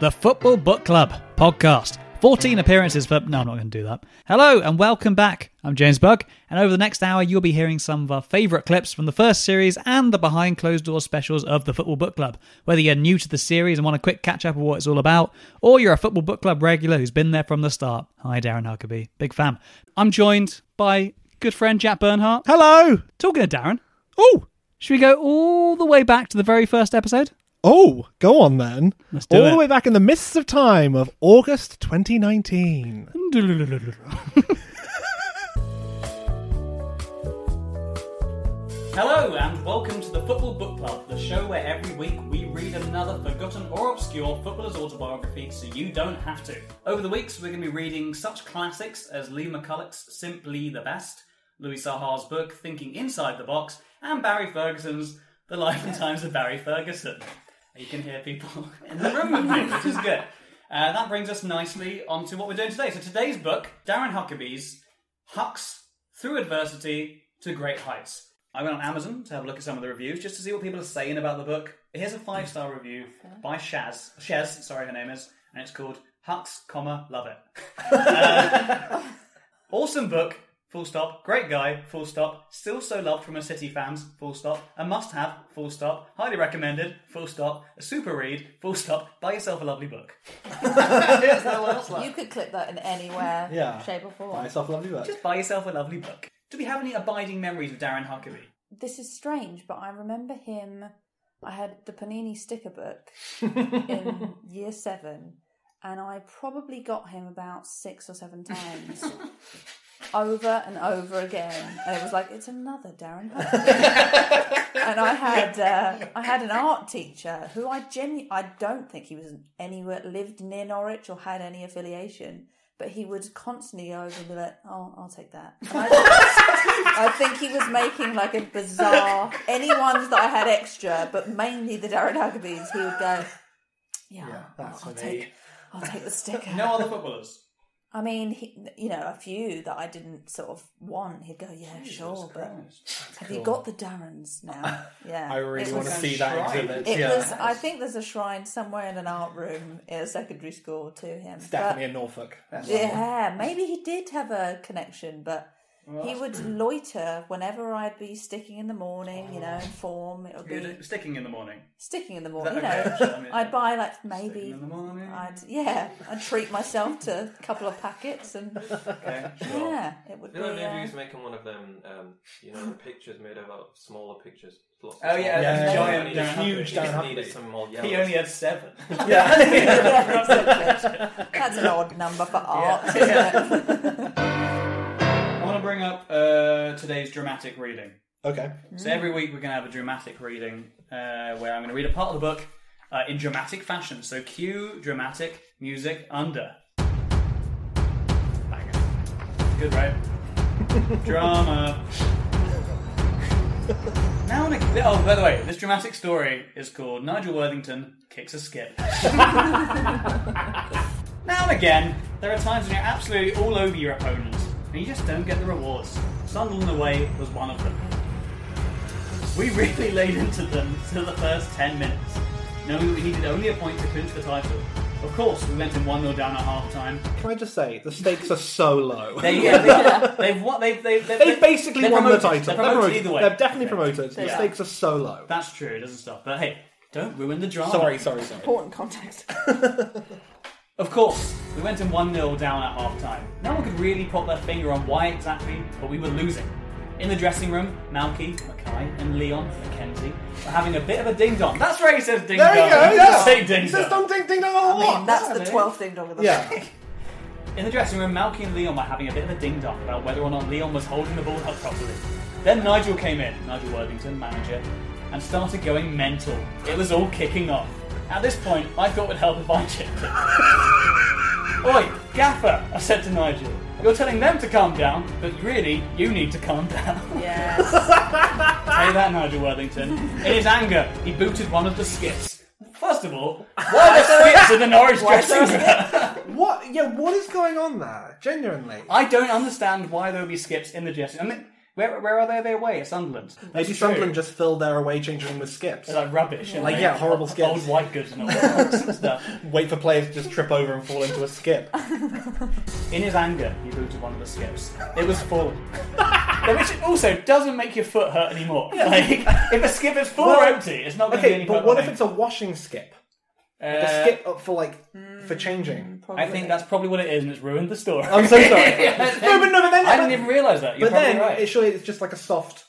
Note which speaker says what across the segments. Speaker 1: The Football Book Club podcast. 14 appearances for. No, I'm not going to do that. Hello and welcome back. I'm James Bug, and over the next hour, you'll be hearing some of our favourite clips from the first series and the behind closed doors specials of the Football Book Club. Whether you're new to the series and want a quick catch up of what it's all about, or you're a Football Book Club regular who's been there from the start. Hi, Darren Huckabee. Big fan. I'm joined by good friend Jack Bernhardt.
Speaker 2: Hello.
Speaker 1: Talking to Darren,
Speaker 2: Oh.
Speaker 1: should we go all the way back to the very first episode?
Speaker 2: Oh, go on then.
Speaker 1: Let's do
Speaker 2: All
Speaker 1: it.
Speaker 2: the way back in the mists of time of August 2019.
Speaker 1: Hello and welcome to the Football Book Club, the show where every week we read another forgotten or obscure footballer's autobiography so you don't have to. Over the weeks, we're going to be reading such classics as Lee McCulloch's Simply the Best, Louis Sahar's book Thinking Inside the Box, and Barry Ferguson's The Life and Times of Barry Ferguson. You can hear people in the room with me, which is good. Uh, that brings us nicely onto what we're doing today. So today's book, Darren Huckabee's Hucks Through Adversity to Great Heights. I went on Amazon to have a look at some of the reviews just to see what people are saying about the book. Here's a five star review by Shaz. Shaz, sorry, her name is, and it's called Hucks, comma, love it. Uh, awesome book. Full stop. Great guy. Full stop. Still so loved from a City fans. Full stop. A must have. Full stop. Highly recommended. Full stop. A super read. Full stop. Buy yourself a lovely book. There's no one else like-
Speaker 3: You could clip that in anywhere,
Speaker 2: Yeah.
Speaker 3: shape or form.
Speaker 2: lovely work.
Speaker 1: Just buy yourself a lovely book. Do we have any abiding memories of Darren Huckabee?
Speaker 3: This is strange, but I remember him. I had the Panini sticker book in year seven, and I probably got him about six or seven times. Over and over again, and it was like it's another Darren. Huckabee." and I had uh, I had an art teacher who I genu- I don't think he was anywhere lived near Norwich or had any affiliation, but he would constantly go over and be like, "Oh, I'll take that." And I- I think he was making like a bizarre any ones that I had extra, but mainly the Darren Huckabees. He would go, "Yeah,
Speaker 2: that's
Speaker 3: I'll
Speaker 2: for me."
Speaker 3: take, I'll take the sticker."
Speaker 1: No other footballers.
Speaker 3: I mean, he, you know, a few that I didn't sort of want. He'd go, "Yeah, sure," but have you got the Darrens now? Yeah,
Speaker 2: I really
Speaker 3: It
Speaker 2: want to
Speaker 3: was-
Speaker 2: see that
Speaker 1: shrine.
Speaker 2: exhibit.
Speaker 3: It
Speaker 2: yeah.
Speaker 3: was. uh, I think there's a shrine somewhere in an art room at a secondary school to him.
Speaker 2: It's
Speaker 3: but-
Speaker 2: definitely in Norfolk. That's
Speaker 3: yeah, maybe he did have a connection, but he would loiter whenever I'd be sticking in the morning, you know,
Speaker 2: Oh.
Speaker 3: in form. It would be
Speaker 1: Good. Sticking in the morning.
Speaker 3: sticking in the
Speaker 1: that
Speaker 3: morning, you
Speaker 1: okay?
Speaker 3: know.
Speaker 1: I mean,
Speaker 3: I'd buy like maybe.
Speaker 1: in the morning.
Speaker 3: I'd yeah, I'd treat myself to a couple of packets and
Speaker 1: Okay.
Speaker 3: yeah, it would be.
Speaker 4: You know, maybe
Speaker 3: uh,
Speaker 4: he's making one of them, um, you know, the pictures made out of uh, smaller pictures. Lots of
Speaker 1: Oh, yeah,
Speaker 4: small
Speaker 2: Yeah,
Speaker 4: pictures.
Speaker 2: giant
Speaker 4: He just
Speaker 2: down-
Speaker 4: needed-
Speaker 2: huge
Speaker 4: he
Speaker 2: down
Speaker 4: just
Speaker 2: happy.
Speaker 4: needed some more
Speaker 1: He
Speaker 4: yellow.
Speaker 1: only had seven.
Speaker 3: yeah, exactly. That's an odd number for art. Isn't it?
Speaker 1: I want to bring up uh, today's dramatic reading.
Speaker 2: Okay.
Speaker 1: So every week we're going to have a dramatic reading uh, where I'm going to read a part of the book uh, in dramatic fashion. So cue dramatic music under. Banger. Good, right? Drama. now, on a, oh, by the way, this dramatic story is called Nigel Worthington Kicks a Skip. Now and again, there are times when you're absolutely all over your opponent, and you just don't get the rewards. Sunderland away was one of them. We really laid into them for the first 10 minutes, knowing that we needed only a point to clinch the title. Of course, we went in 1 0 down at half time.
Speaker 5: Can I just say the stakes are so low?
Speaker 1: They, yeah, they, have what they've, they've, they've,
Speaker 5: They've basically
Speaker 1: they're
Speaker 5: won
Speaker 1: promoted.
Speaker 5: the title.
Speaker 1: They're promoted, either way.
Speaker 5: They're definitely promoted. The
Speaker 3: Yeah.
Speaker 5: stakes are so low.
Speaker 1: That's true, it doesn't stop. But hey, don't ruin the drama.
Speaker 5: Sorry, sorry, sorry.
Speaker 3: Important context.
Speaker 1: Of course, we went in 1 0 down at half time. No one could really put their finger on why exactly, but we were losing. In the dressing room, Malky, Mackay, and Leon, Mackenzie, were having a bit of a ding dong. That's right, he says ding
Speaker 5: There
Speaker 1: dong.
Speaker 5: you go.
Speaker 1: He
Speaker 5: Yeah.
Speaker 1: does say ding
Speaker 5: He says
Speaker 1: dong.
Speaker 5: don't ding ding dong a lot.
Speaker 3: I mean, that's the
Speaker 1: Saturday.
Speaker 3: 12th ding dong of the
Speaker 5: yeah.
Speaker 1: In the dressing room, Malky and Leon were having a bit of a ding dong about whether or not Leon was holding the ball up properly. Then Nigel came in, Nigel Worthington, manager, and started going mental. It was all kicking off. At this point, I thought it would help if I chipped it. Oi, Gaffer, I said to Nigel, you're telling them to calm down, but really, you need to calm down.
Speaker 3: Yes.
Speaker 1: Say that, Nigel Worthington. In his anger, he booted one of the skips. First of all, why are there skips in an orange dressing room?
Speaker 5: What? Yeah. What is going on there? Genuinely.
Speaker 1: I don't understand why there would be skips in the dressing. I mean, where, where are they? They away at Sunderland.
Speaker 5: Maybe Sunderland just filled their away changing room with skips.
Speaker 1: They're like rubbish. and
Speaker 5: Like,
Speaker 1: they-
Speaker 5: yeah, horrible skips.
Speaker 1: Old white goods and all that sort of stuff.
Speaker 5: Wait for players to just trip over and fall into a skip.
Speaker 1: In his anger, he booted one of the skips. It was full. Now, Which also doesn't make your foot hurt anymore. Like, if a skip is full or
Speaker 5: Well,
Speaker 1: empty, it's not going to be
Speaker 5: Okay,
Speaker 1: any Uh,
Speaker 5: but what if it's a washing skip?
Speaker 1: a,
Speaker 5: A skip up for like for
Speaker 4: Hmm,
Speaker 5: changing.
Speaker 1: I think that's probably what it is, and it's ruined the story.
Speaker 5: I'm so sorry. No, but no, but then-
Speaker 1: I didn't even realise that. You're
Speaker 5: But
Speaker 1: probably
Speaker 5: then
Speaker 1: right.
Speaker 5: it surely it's just like a soft.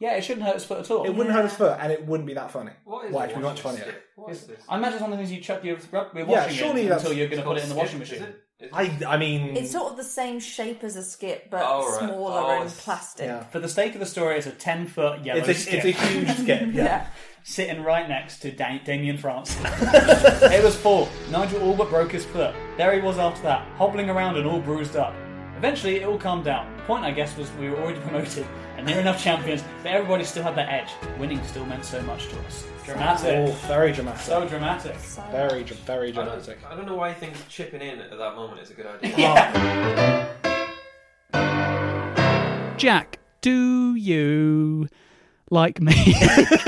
Speaker 1: yeah, it shouldn't hurt his foot at all.
Speaker 5: It wouldn't hurt his foot, and it wouldn't be that funny.
Speaker 4: What is
Speaker 5: Why?
Speaker 4: it?
Speaker 5: It'd be much funnier.
Speaker 4: What is this?
Speaker 1: I imagine it's one of the things you chuck your, rub- your washing
Speaker 5: Yeah,
Speaker 1: in
Speaker 5: surely that's-
Speaker 1: until you're going to put it in the washing
Speaker 4: Is
Speaker 1: machine.
Speaker 4: it- is it-
Speaker 5: I, I mean,
Speaker 3: It's sort of the same shape as a skip, but
Speaker 4: Oh, right.
Speaker 3: smaller
Speaker 4: Oh,
Speaker 3: and
Speaker 4: it's-
Speaker 3: plastic.
Speaker 5: yeah.
Speaker 1: For the sake of the story, it's a 10 foot yellow
Speaker 5: it's a,
Speaker 1: skip
Speaker 5: it's a huge skip. Yeah.
Speaker 3: Yeah.
Speaker 1: sitting right next to da- Damien France. it was full. Nigel all but broke his foot. There he was after that, hobbling around and all bruised up. Eventually, it all calmed down. The point, I guess, was we were already promoted and near enough champions, but everybody still had their edge. Winning still meant so much to us.
Speaker 5: Oh,
Speaker 1: Dramatic.
Speaker 5: very dramatic.
Speaker 1: So dramatic.
Speaker 5: very, dra- very
Speaker 4: I don't,
Speaker 5: dramatic.
Speaker 4: I don't know why he thinks chipping in at that moment is a good idea.
Speaker 1: Jack, do you like me?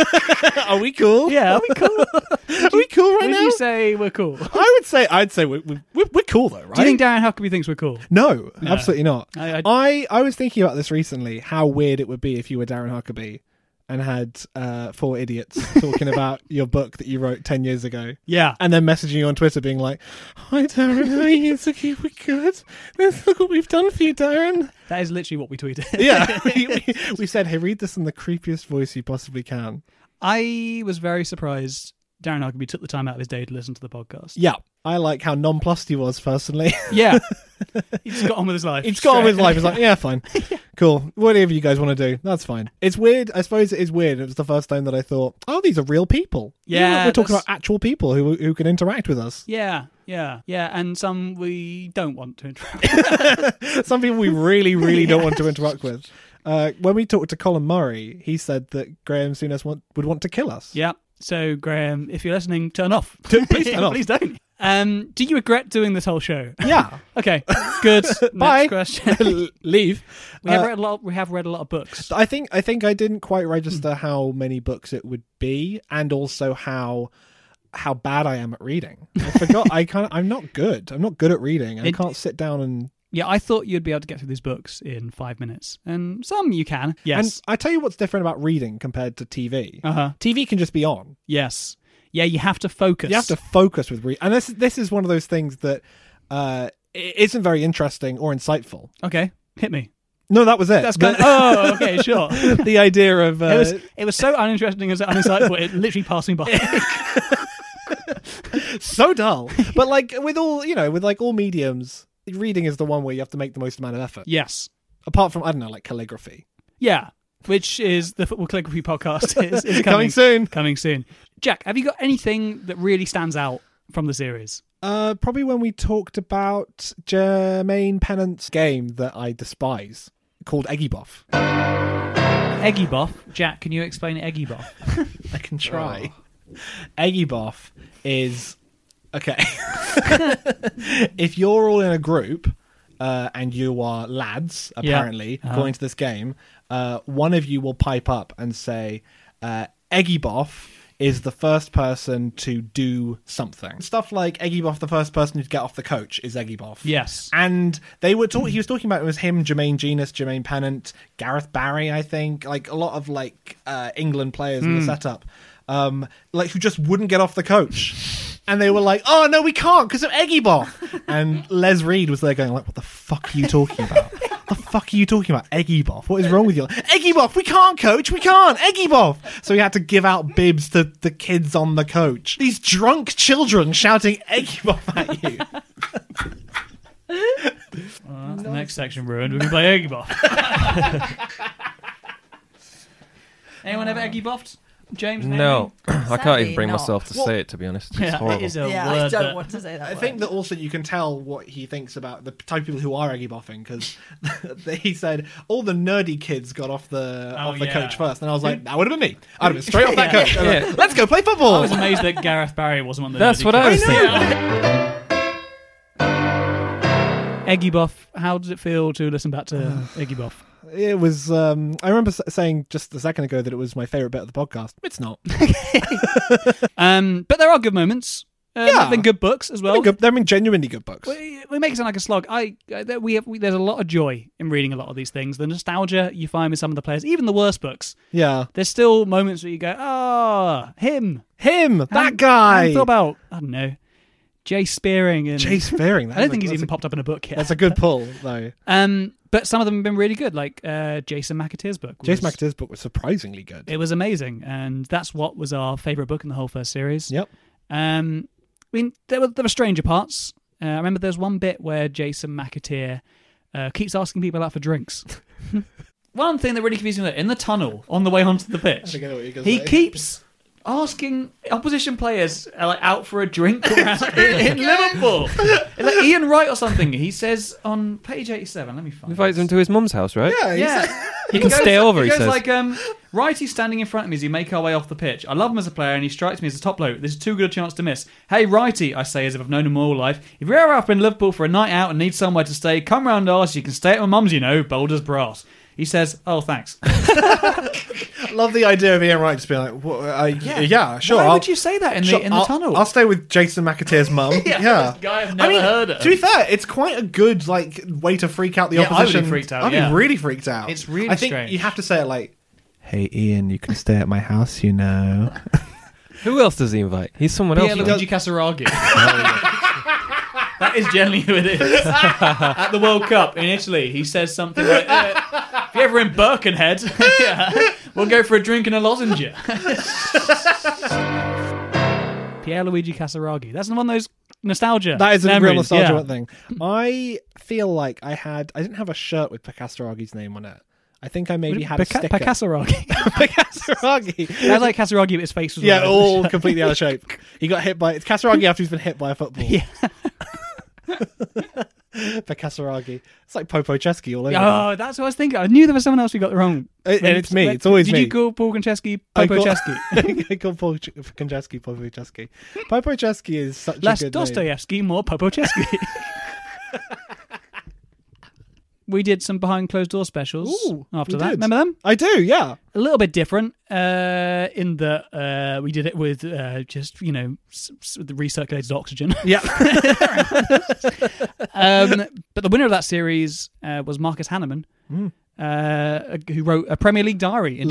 Speaker 2: Are we cool?
Speaker 1: yeah, are we cool?
Speaker 2: Are we cool right now?
Speaker 1: say we're cool? Do
Speaker 2: I would say I'd say we're, we're, we're cool though, right?
Speaker 1: Darren Huckabee thinks we're cool?
Speaker 2: no, absolutely not.
Speaker 1: I-
Speaker 2: I,
Speaker 1: I-
Speaker 2: I, was thinking about this recently. How weird it would be if you were Darren Huckabee and had uh, four idiots talking about your book that you wrote ten years ago.
Speaker 1: Yeah.
Speaker 2: and then messaging you on Twitter, being like, "Hi, Darren, how are you? It's okay, we're good. Let's look what we've done for you, Darren."
Speaker 1: That is literally what we tweeted.
Speaker 2: Yeah, we, we, we said, "Hey, read this in the creepiest voice you possibly can."
Speaker 6: I was very surprised Darren Huckabee took the time out of his day to listen to the podcast.
Speaker 2: Yeah, I like how nonplussed he was personally.
Speaker 6: Yeah. he just got on with his life.
Speaker 2: He's got on with life. He's like, "Yeah, fine, cool. Whatever you guys want to do, that's fine." It's weird. I suppose it is weird. It was the first time that I thought, "Oh, these are real people." You know,
Speaker 6: Yeah,
Speaker 2: we're talking
Speaker 6: that's-
Speaker 2: about actual people who who can interact with us.
Speaker 6: Yeah, yeah, yeah. And some we don't want to interrupt.
Speaker 2: some people we really, really don't want to interact with. Uh, when we talked to Colin Murray, he said that Graham Souness want, would want to kill us.
Speaker 6: yeah. So, Graham, if you're listening, turn off.
Speaker 2: please turn off.
Speaker 6: please don't. Um, do you regret doing this whole show?
Speaker 2: Yeah.
Speaker 6: Okay, good.
Speaker 2: Bye.
Speaker 6: Next question.
Speaker 2: L- Leave.
Speaker 6: We have
Speaker 2: Uh,
Speaker 6: read a lot. We have read a lot of books.
Speaker 2: I think I think I didn't quite
Speaker 6: Hmm.
Speaker 2: register how many books it would be, and also how how bad I am at reading. I forgot. I kind of I'm not good. I'm not good at reading. I
Speaker 6: It-
Speaker 2: can't sit down and.
Speaker 6: Yeah, I thought you'd be able to get through these books in five minutes, and some you can. Yes.
Speaker 2: And I tell you what's different about reading compared to TV.
Speaker 6: Uh huh.
Speaker 2: TV can just be on.
Speaker 6: Yes. Yeah, you have to focus.
Speaker 2: You have to focus with reading, and this this is one of those things that uh, i- isn't very interesting or insightful.
Speaker 6: Okay, hit me.
Speaker 2: No, that was it.
Speaker 6: That's kind of, oh, okay, sure. It
Speaker 2: the idea of uh,
Speaker 6: was it was so uninteresting and so uninsightful. It literally passed me by.
Speaker 2: so dull. But like with all you know, with like all mediums, reading is the one where you have to make the most amount of effort.
Speaker 6: yes,
Speaker 2: Apart from I don't know, like calligraphy.
Speaker 6: yeah. Which is the football calligraphy podcast is, is coming,
Speaker 2: Coming soon.
Speaker 6: Coming soon. Jack, have you got anything that really stands out from the series?
Speaker 2: Uh, probably when we talked about Jermaine Pennant's game that I despise called Eggy Boff.
Speaker 6: Eggy Boff. Jack, can you explain Eggy Boff?
Speaker 2: I can try. Eggy Boff is okay. if you're all in a group uh, and you are lads,
Speaker 6: Yeah.
Speaker 2: apparently, according to this game, uh, one of you will pipe up and say, uh, Eggy Boff is the first person to do something. Stuff like Eggy Boff, the first person to get off the coach is Eggy Boff.
Speaker 1: Yes.
Speaker 2: And they were talking. He was talking about it was him, Jermaine Genus, Jermaine Pennant, Gareth Barry, I think, like a lot of like uh, England players in the setup, um, like who just wouldn't get off the coach, and they were like, "Oh no, we can't because of Eggy Boff." and Les Reed was there going like, "What the fuck are you talking about?" The fuck are you talking about, Eggy Boff? What is wrong with you? Eggy Boff, we can't, coach, we can't, Eggy Boff. So he had to give out bibs to the kids on the coach. These drunk children shouting Eggy Boff at you.
Speaker 1: Well, that's the next section ruined. We can play Eggy Boff. Anyone ever Eggy Boffed? James? maybe?
Speaker 4: No, I can't even
Speaker 7: Sadly
Speaker 4: bring
Speaker 7: not.
Speaker 4: myself to say it. To be honest, it's
Speaker 1: Yeah,
Speaker 4: horrible.
Speaker 1: it is a
Speaker 7: yeah,
Speaker 1: word
Speaker 7: I don't
Speaker 1: that-
Speaker 7: want to say that.
Speaker 2: I think that also you can tell what he thinks about the type of people who are eggy boffing because he said all the nerdy kids got off the
Speaker 1: Oh,
Speaker 2: off the
Speaker 1: yeah.
Speaker 2: coach first, and I was like, that would have been me. I'd have been straight off that coach. And I was like,
Speaker 4: Yeah.
Speaker 2: Let's go play
Speaker 1: I
Speaker 2: football.
Speaker 1: was amazed that Gareth Barry wasn't on the.
Speaker 4: That's
Speaker 1: nerdy
Speaker 4: what I
Speaker 1: cast.
Speaker 4: was thinking.
Speaker 1: Eggy Boff. How does it feel to listen back to Eggy Boff?
Speaker 2: It was. Um, I remember s- saying just a second ago that it was my favorite bit of the podcast. It's not.
Speaker 1: Um, but there are good moments. Uh,
Speaker 2: Yeah.
Speaker 1: Then good books as well.
Speaker 2: They're, good, they're genuinely good books.
Speaker 1: We, we make it sound like a slog. I, I there- we have we, there's a lot of joy in reading a lot of these things. The nostalgia you find with some of the players, even the worst books.
Speaker 2: Yeah,
Speaker 1: There's still moments where you go, ah, him,
Speaker 2: him,
Speaker 1: How-
Speaker 2: that guy,
Speaker 1: How you feel about I don't know, Jay Spearing and
Speaker 2: Jay Spearing.
Speaker 1: I don't think he's
Speaker 2: that's a-
Speaker 1: even popped up in a book yet.
Speaker 2: That's a good pull though.
Speaker 1: um, but some of them have been really good, like uh, Jason McAteer's book. was-
Speaker 2: Jason McAteer's book was surprisingly good.
Speaker 1: It was amazing, and that's what was our favorite book in the whole first series.
Speaker 2: Yep.
Speaker 1: Um, I mean, there were there were stranger parts. Uh, I remember there's one bit where Jason McAteer uh, keeps asking people out for drinks. one thing that really confused me in the tunnel on the way onto the pitch,
Speaker 2: know what you're gonna
Speaker 1: he
Speaker 2: say.
Speaker 1: keeps asking opposition players uh, like out for a drink around- in, in Liverpool. like Ian Wright or something. He says on page 87. Let me find.
Speaker 4: Invites
Speaker 1: this.
Speaker 4: him to his mum's house, right?
Speaker 2: Yeah, he's-
Speaker 1: Yeah.
Speaker 4: He can stay over,
Speaker 1: He
Speaker 4: he
Speaker 1: goes
Speaker 4: says.
Speaker 1: like, um, righty standing in front of me as we make our way off the pitch. I love him as a player and he strikes me as a top load. This is too good a chance to miss. Hey, righty, I say as if I've known him all life. If you're ever up in Liverpool for a night out and need somewhere to stay, come round ours. You can stay at my mum's, you know, bold as brass. He says, oh, thanks.
Speaker 2: love the idea of Ian Wright just being like, "What- uh, I, yeah. sure.
Speaker 1: Why
Speaker 2: I'll,
Speaker 1: would you say that in
Speaker 2: sure,
Speaker 1: the, in the
Speaker 2: I'll-
Speaker 1: tunnel?
Speaker 2: I'll stay with Jason McAteer's mum. yeah.
Speaker 1: this guy I've never heard of.
Speaker 2: To be fair, it's quite a good like way to freak out the
Speaker 1: Yeah, I would be
Speaker 2: opposition.
Speaker 1: freaked out,
Speaker 2: I'd
Speaker 1: yeah.
Speaker 2: be really freaked out.
Speaker 1: It's really
Speaker 2: I think
Speaker 1: strange.
Speaker 2: you have to say it like, "Hey, Ian, you can stay at my house, you know."
Speaker 4: Who else does he invite? He's someone else.
Speaker 1: Pierre
Speaker 4: right?
Speaker 1: Luigi Casaraghi. that is generally who it is. At the World Cup in Italy, he says something like, uh, if you're ever in Birkenhead, yeah, we'll go for a drink and a lozenge. Pierre Luigi Casaraghi. That's one of those nostalgia.
Speaker 2: That is a real
Speaker 1: memories,
Speaker 2: nostalgia
Speaker 1: yeah.
Speaker 2: thing. I feel like I had I didn't have a shirt with Picassoragi's name on it. I think I maybe had a
Speaker 1: Pica-
Speaker 2: sticker.
Speaker 1: Picassoraghi.
Speaker 2: Picassoragi.
Speaker 1: That's like Casaraghi, but his face was
Speaker 2: Yeah,
Speaker 1: all over the
Speaker 2: all
Speaker 1: shirt.
Speaker 2: completely out of shape. He got hit by it's Kasaragi after he's been hit by a football.
Speaker 1: Yeah.
Speaker 2: For Kasaragi. It's like Popo Chesky all over.
Speaker 1: Oh, that's what I was thinking. I knew there was someone else we got the wrong.
Speaker 2: It-
Speaker 1: When-
Speaker 2: it's me.
Speaker 1: when-
Speaker 2: It's always
Speaker 1: did
Speaker 2: me.
Speaker 1: you call Paul Konchesky
Speaker 2: I
Speaker 1: Popo
Speaker 2: call-
Speaker 1: Chesky?
Speaker 2: I call Paul Ch- Konchesky Popo Chesky. Popo Chesky is such
Speaker 1: Less
Speaker 2: a good name.
Speaker 1: Dostoevsky, more Popochesky. we did some behind closed door specials
Speaker 2: Ooh,
Speaker 1: after
Speaker 2: we
Speaker 1: that.
Speaker 2: did.
Speaker 1: Remember them?
Speaker 2: I do, yeah.
Speaker 1: A little bit different uh, in that uh, we did it with uh, just, you know, s- s- the recirculated oxygen.
Speaker 2: Yeah.
Speaker 1: um, but the winner of that series uh, was Marcus Hanneman,
Speaker 2: Hmm.
Speaker 1: uh, who wrote a Premier League diary in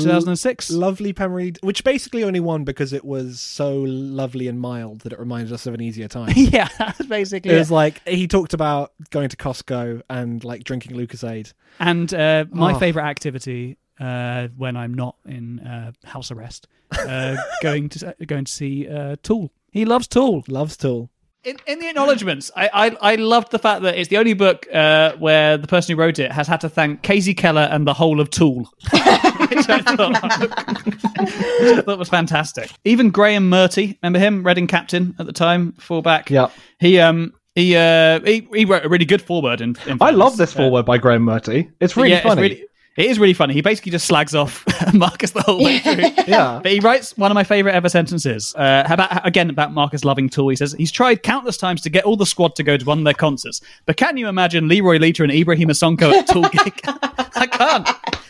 Speaker 1: 2006.
Speaker 2: lovely Pemery, which basically only won because it was so lovely and mild that it reminded us of an easier time.
Speaker 1: yeah, that's basically.
Speaker 2: It
Speaker 1: it.
Speaker 2: was like he talked about going to Costco and like drinking Lucasade.
Speaker 1: And uh, my
Speaker 2: Oh.
Speaker 1: favorite activity uh, when I'm not in uh, house arrest, uh, going to going to see uh, Tool. He loves Tool.
Speaker 2: Loves Tool.
Speaker 1: In, in the acknowledgements, I, I I loved the fact that it's the only book uh, where the person who wrote it has had to thank Casey Keller and the whole of Tool, which, I thought, which I thought was fantastic. Even Graham Murty, remember him, Reading captain at the time, fullback.
Speaker 2: Yeah.
Speaker 1: he um he uh he, he wrote a really good forward. In, in
Speaker 2: I love
Speaker 1: fairness.
Speaker 2: this
Speaker 1: Uh,
Speaker 2: foreword by Graham Murty. It's really
Speaker 1: yeah,
Speaker 2: funny.
Speaker 1: It's really, it is really funny. He basically just slags off Marcus the whole way through.
Speaker 2: yeah.
Speaker 1: But he writes one of my favourite ever sentences. Uh, about, again, about Marcus loving Tool. He says, He's tried countless times to get all the squad to go to one of their concerts. But can you imagine Leroy Leiter and Ibrahim Sonko at Tool gig? I can't.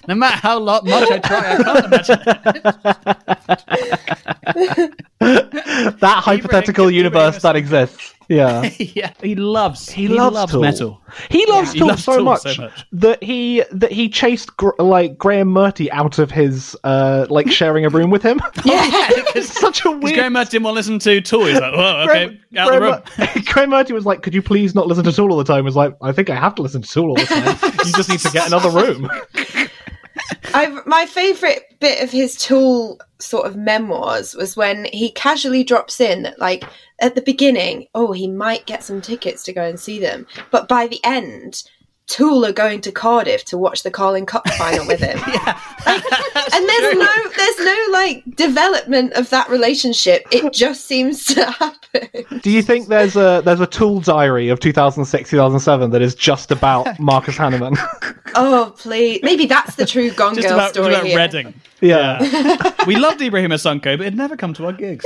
Speaker 1: No matter how lo- much I try, I can't imagine it.
Speaker 7: that hypothetical
Speaker 1: bringing
Speaker 7: universe
Speaker 1: us-
Speaker 7: that exists. Yeah.
Speaker 1: yeah, he loves he,
Speaker 7: He loves
Speaker 1: loves
Speaker 7: Tool.
Speaker 1: metal.
Speaker 7: He loves
Speaker 1: He
Speaker 7: Tool,
Speaker 1: loves
Speaker 7: so,
Speaker 1: Tool
Speaker 7: much
Speaker 1: so much.
Speaker 7: that he that he chased gr- like Graham Murty out of his uh like sharing a room with him.
Speaker 1: Yeah,
Speaker 7: it's such a weird.
Speaker 1: Because Grandma didn't want to listen to Tool. He's like, whoa, okay, out of the room.
Speaker 7: Mur- Graham Murty was like, "Could you please not listen to Tool all the time?" He was like, "I think I have to listen to Tool all the time. you just need to get another room."
Speaker 8: I my favorite bit of his tool sort of memoirs was when he casually drops in that like at the beginning, oh, he might get some tickets to go and see them, but by the end, Tool are going to Cardiff to watch the Carling Cup final with him. and there's no there's no like development of that relationship. It just seems to happen.
Speaker 7: Do you think there's a there's a Tool diary of 2006 2007 that is just about Marcus Hanneman?
Speaker 8: Oh, please. Maybe that's the true Gone
Speaker 1: Just
Speaker 8: Girl
Speaker 1: about, just
Speaker 8: story.
Speaker 1: about
Speaker 8: here.
Speaker 1: Reading.
Speaker 7: yeah.
Speaker 1: We loved Ibrahim Asanko, but it'd never come to our gigs.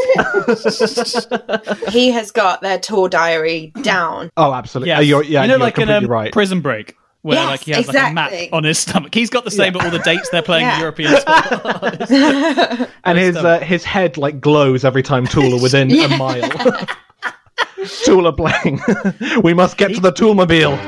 Speaker 8: He has got their tour diary down.
Speaker 7: Oh, absolutely.
Speaker 1: Yeah,
Speaker 7: Uh, you're, yeah,
Speaker 1: you know,
Speaker 7: you're
Speaker 1: like in
Speaker 7: completely
Speaker 1: um,
Speaker 7: right.
Speaker 1: Prison Break, where
Speaker 8: Yes,
Speaker 1: like he has like a map
Speaker 8: exactly.
Speaker 1: on his stomach. He's got the same, but all the dates they're playing
Speaker 8: Yeah.
Speaker 1: European sport.
Speaker 7: and his uh, his head like glows every time Tool are within a mile. Tool are playing. we must get to the Toolmobile.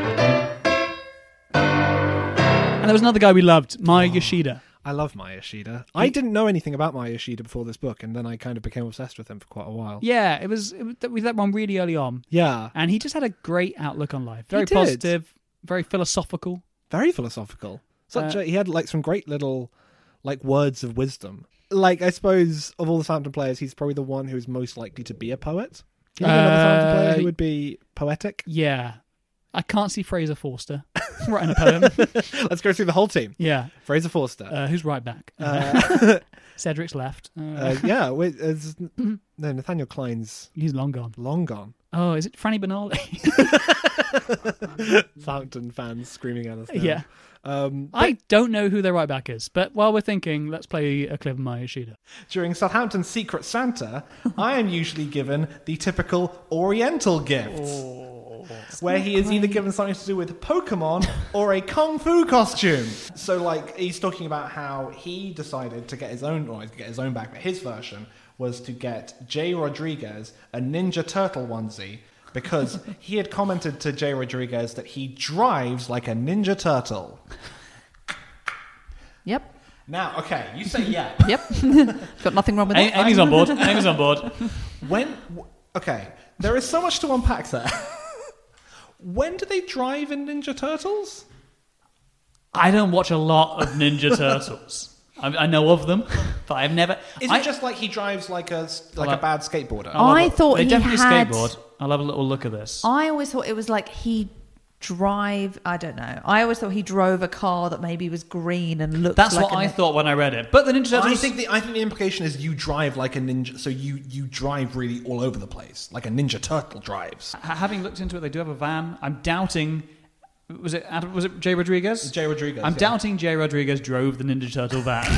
Speaker 1: And there was another guy we loved, Maya
Speaker 7: Oh.
Speaker 1: Yoshida.
Speaker 2: I love Maya Yoshida. I didn't know anything about Maya Yoshida before this book, and then I kind of became obsessed with him for quite a while.
Speaker 1: Yeah, it was, it was that- we did that one really early on,
Speaker 2: Yeah,
Speaker 1: and he just had a great outlook on life. Very
Speaker 2: did.
Speaker 1: positive, very philosophical.
Speaker 2: very philosophical. Such
Speaker 1: Uh,
Speaker 2: a, he had like some great little like words of wisdom. Like I suppose of all the Southampton players, he's probably the one who is most likely to be a poet. Do you think another Southampton player
Speaker 1: Uh,
Speaker 2: who would be poetic?
Speaker 1: Yeah, I can't see Fraser Forster writing a poem.
Speaker 2: Let's go through the whole team.
Speaker 1: yeah,
Speaker 2: Fraser Forster.
Speaker 1: uh, who's right back?
Speaker 7: Uh.
Speaker 1: Uh, Cedric's left. Uh,
Speaker 2: Uh, yeah, wait, it's-
Speaker 7: Mm-hmm.
Speaker 2: no, Nathaniel Klein's
Speaker 1: he's long gone.
Speaker 2: long gone.
Speaker 1: Oh, is it Franny Benali?
Speaker 2: Southampton fans screaming at us. now.
Speaker 1: yeah.
Speaker 2: Um,
Speaker 1: I don't know who their right back is, but while we're thinking, let's play a clip of Maya Yoshida.
Speaker 2: during Southampton's Secret Santa, I am usually given the typical Oriental gift, where he is either given something to do with Pokemon or a kung fu costume. So, like, he's talking about how he decided to get his own, or get his own back, but his version was to get Jay Rodriguez a Ninja Turtle onesie. Because he had commented to Jay Rodriguez that he drives like a ninja turtle.
Speaker 9: Yep.
Speaker 2: Now, okay, you say yeah.
Speaker 9: Yep. Got nothing wrong with that.
Speaker 1: Amy's on board. Amy's on board.
Speaker 2: When? w- Okay, there is so much to unpack there. when do they drive in Ninja Turtles?
Speaker 1: I don't watch a lot of Ninja Turtles. I, I know of them, but I've never.
Speaker 2: Is
Speaker 1: I,
Speaker 2: it just like he drives like a s- like
Speaker 1: Well,
Speaker 2: a bad skateboarder?
Speaker 1: I'll have
Speaker 9: I
Speaker 1: a-
Speaker 9: thought
Speaker 1: they
Speaker 9: he
Speaker 1: definitely
Speaker 9: had- Oh,
Speaker 1: skateboard. I'll have a little look at this.
Speaker 9: I always thought it was like he drive. I don't know. I always thought he drove a car that maybe was green and looked.
Speaker 1: That's
Speaker 9: like
Speaker 1: what
Speaker 9: a-
Speaker 1: I thought when I read it. But the Ninja Turtles.
Speaker 2: I think the I think the implication is you drive like a ninja, so you you drive really all over the place, like a Ninja Turtle drives.
Speaker 1: ha- having looked into it, they do have a van. I'm doubting. Was it Adam, was it Jay Rodriguez?
Speaker 2: Jay Rodriguez,
Speaker 1: I'm
Speaker 2: yeah.
Speaker 1: doubting Jay Rodriguez drove the Ninja Turtle van.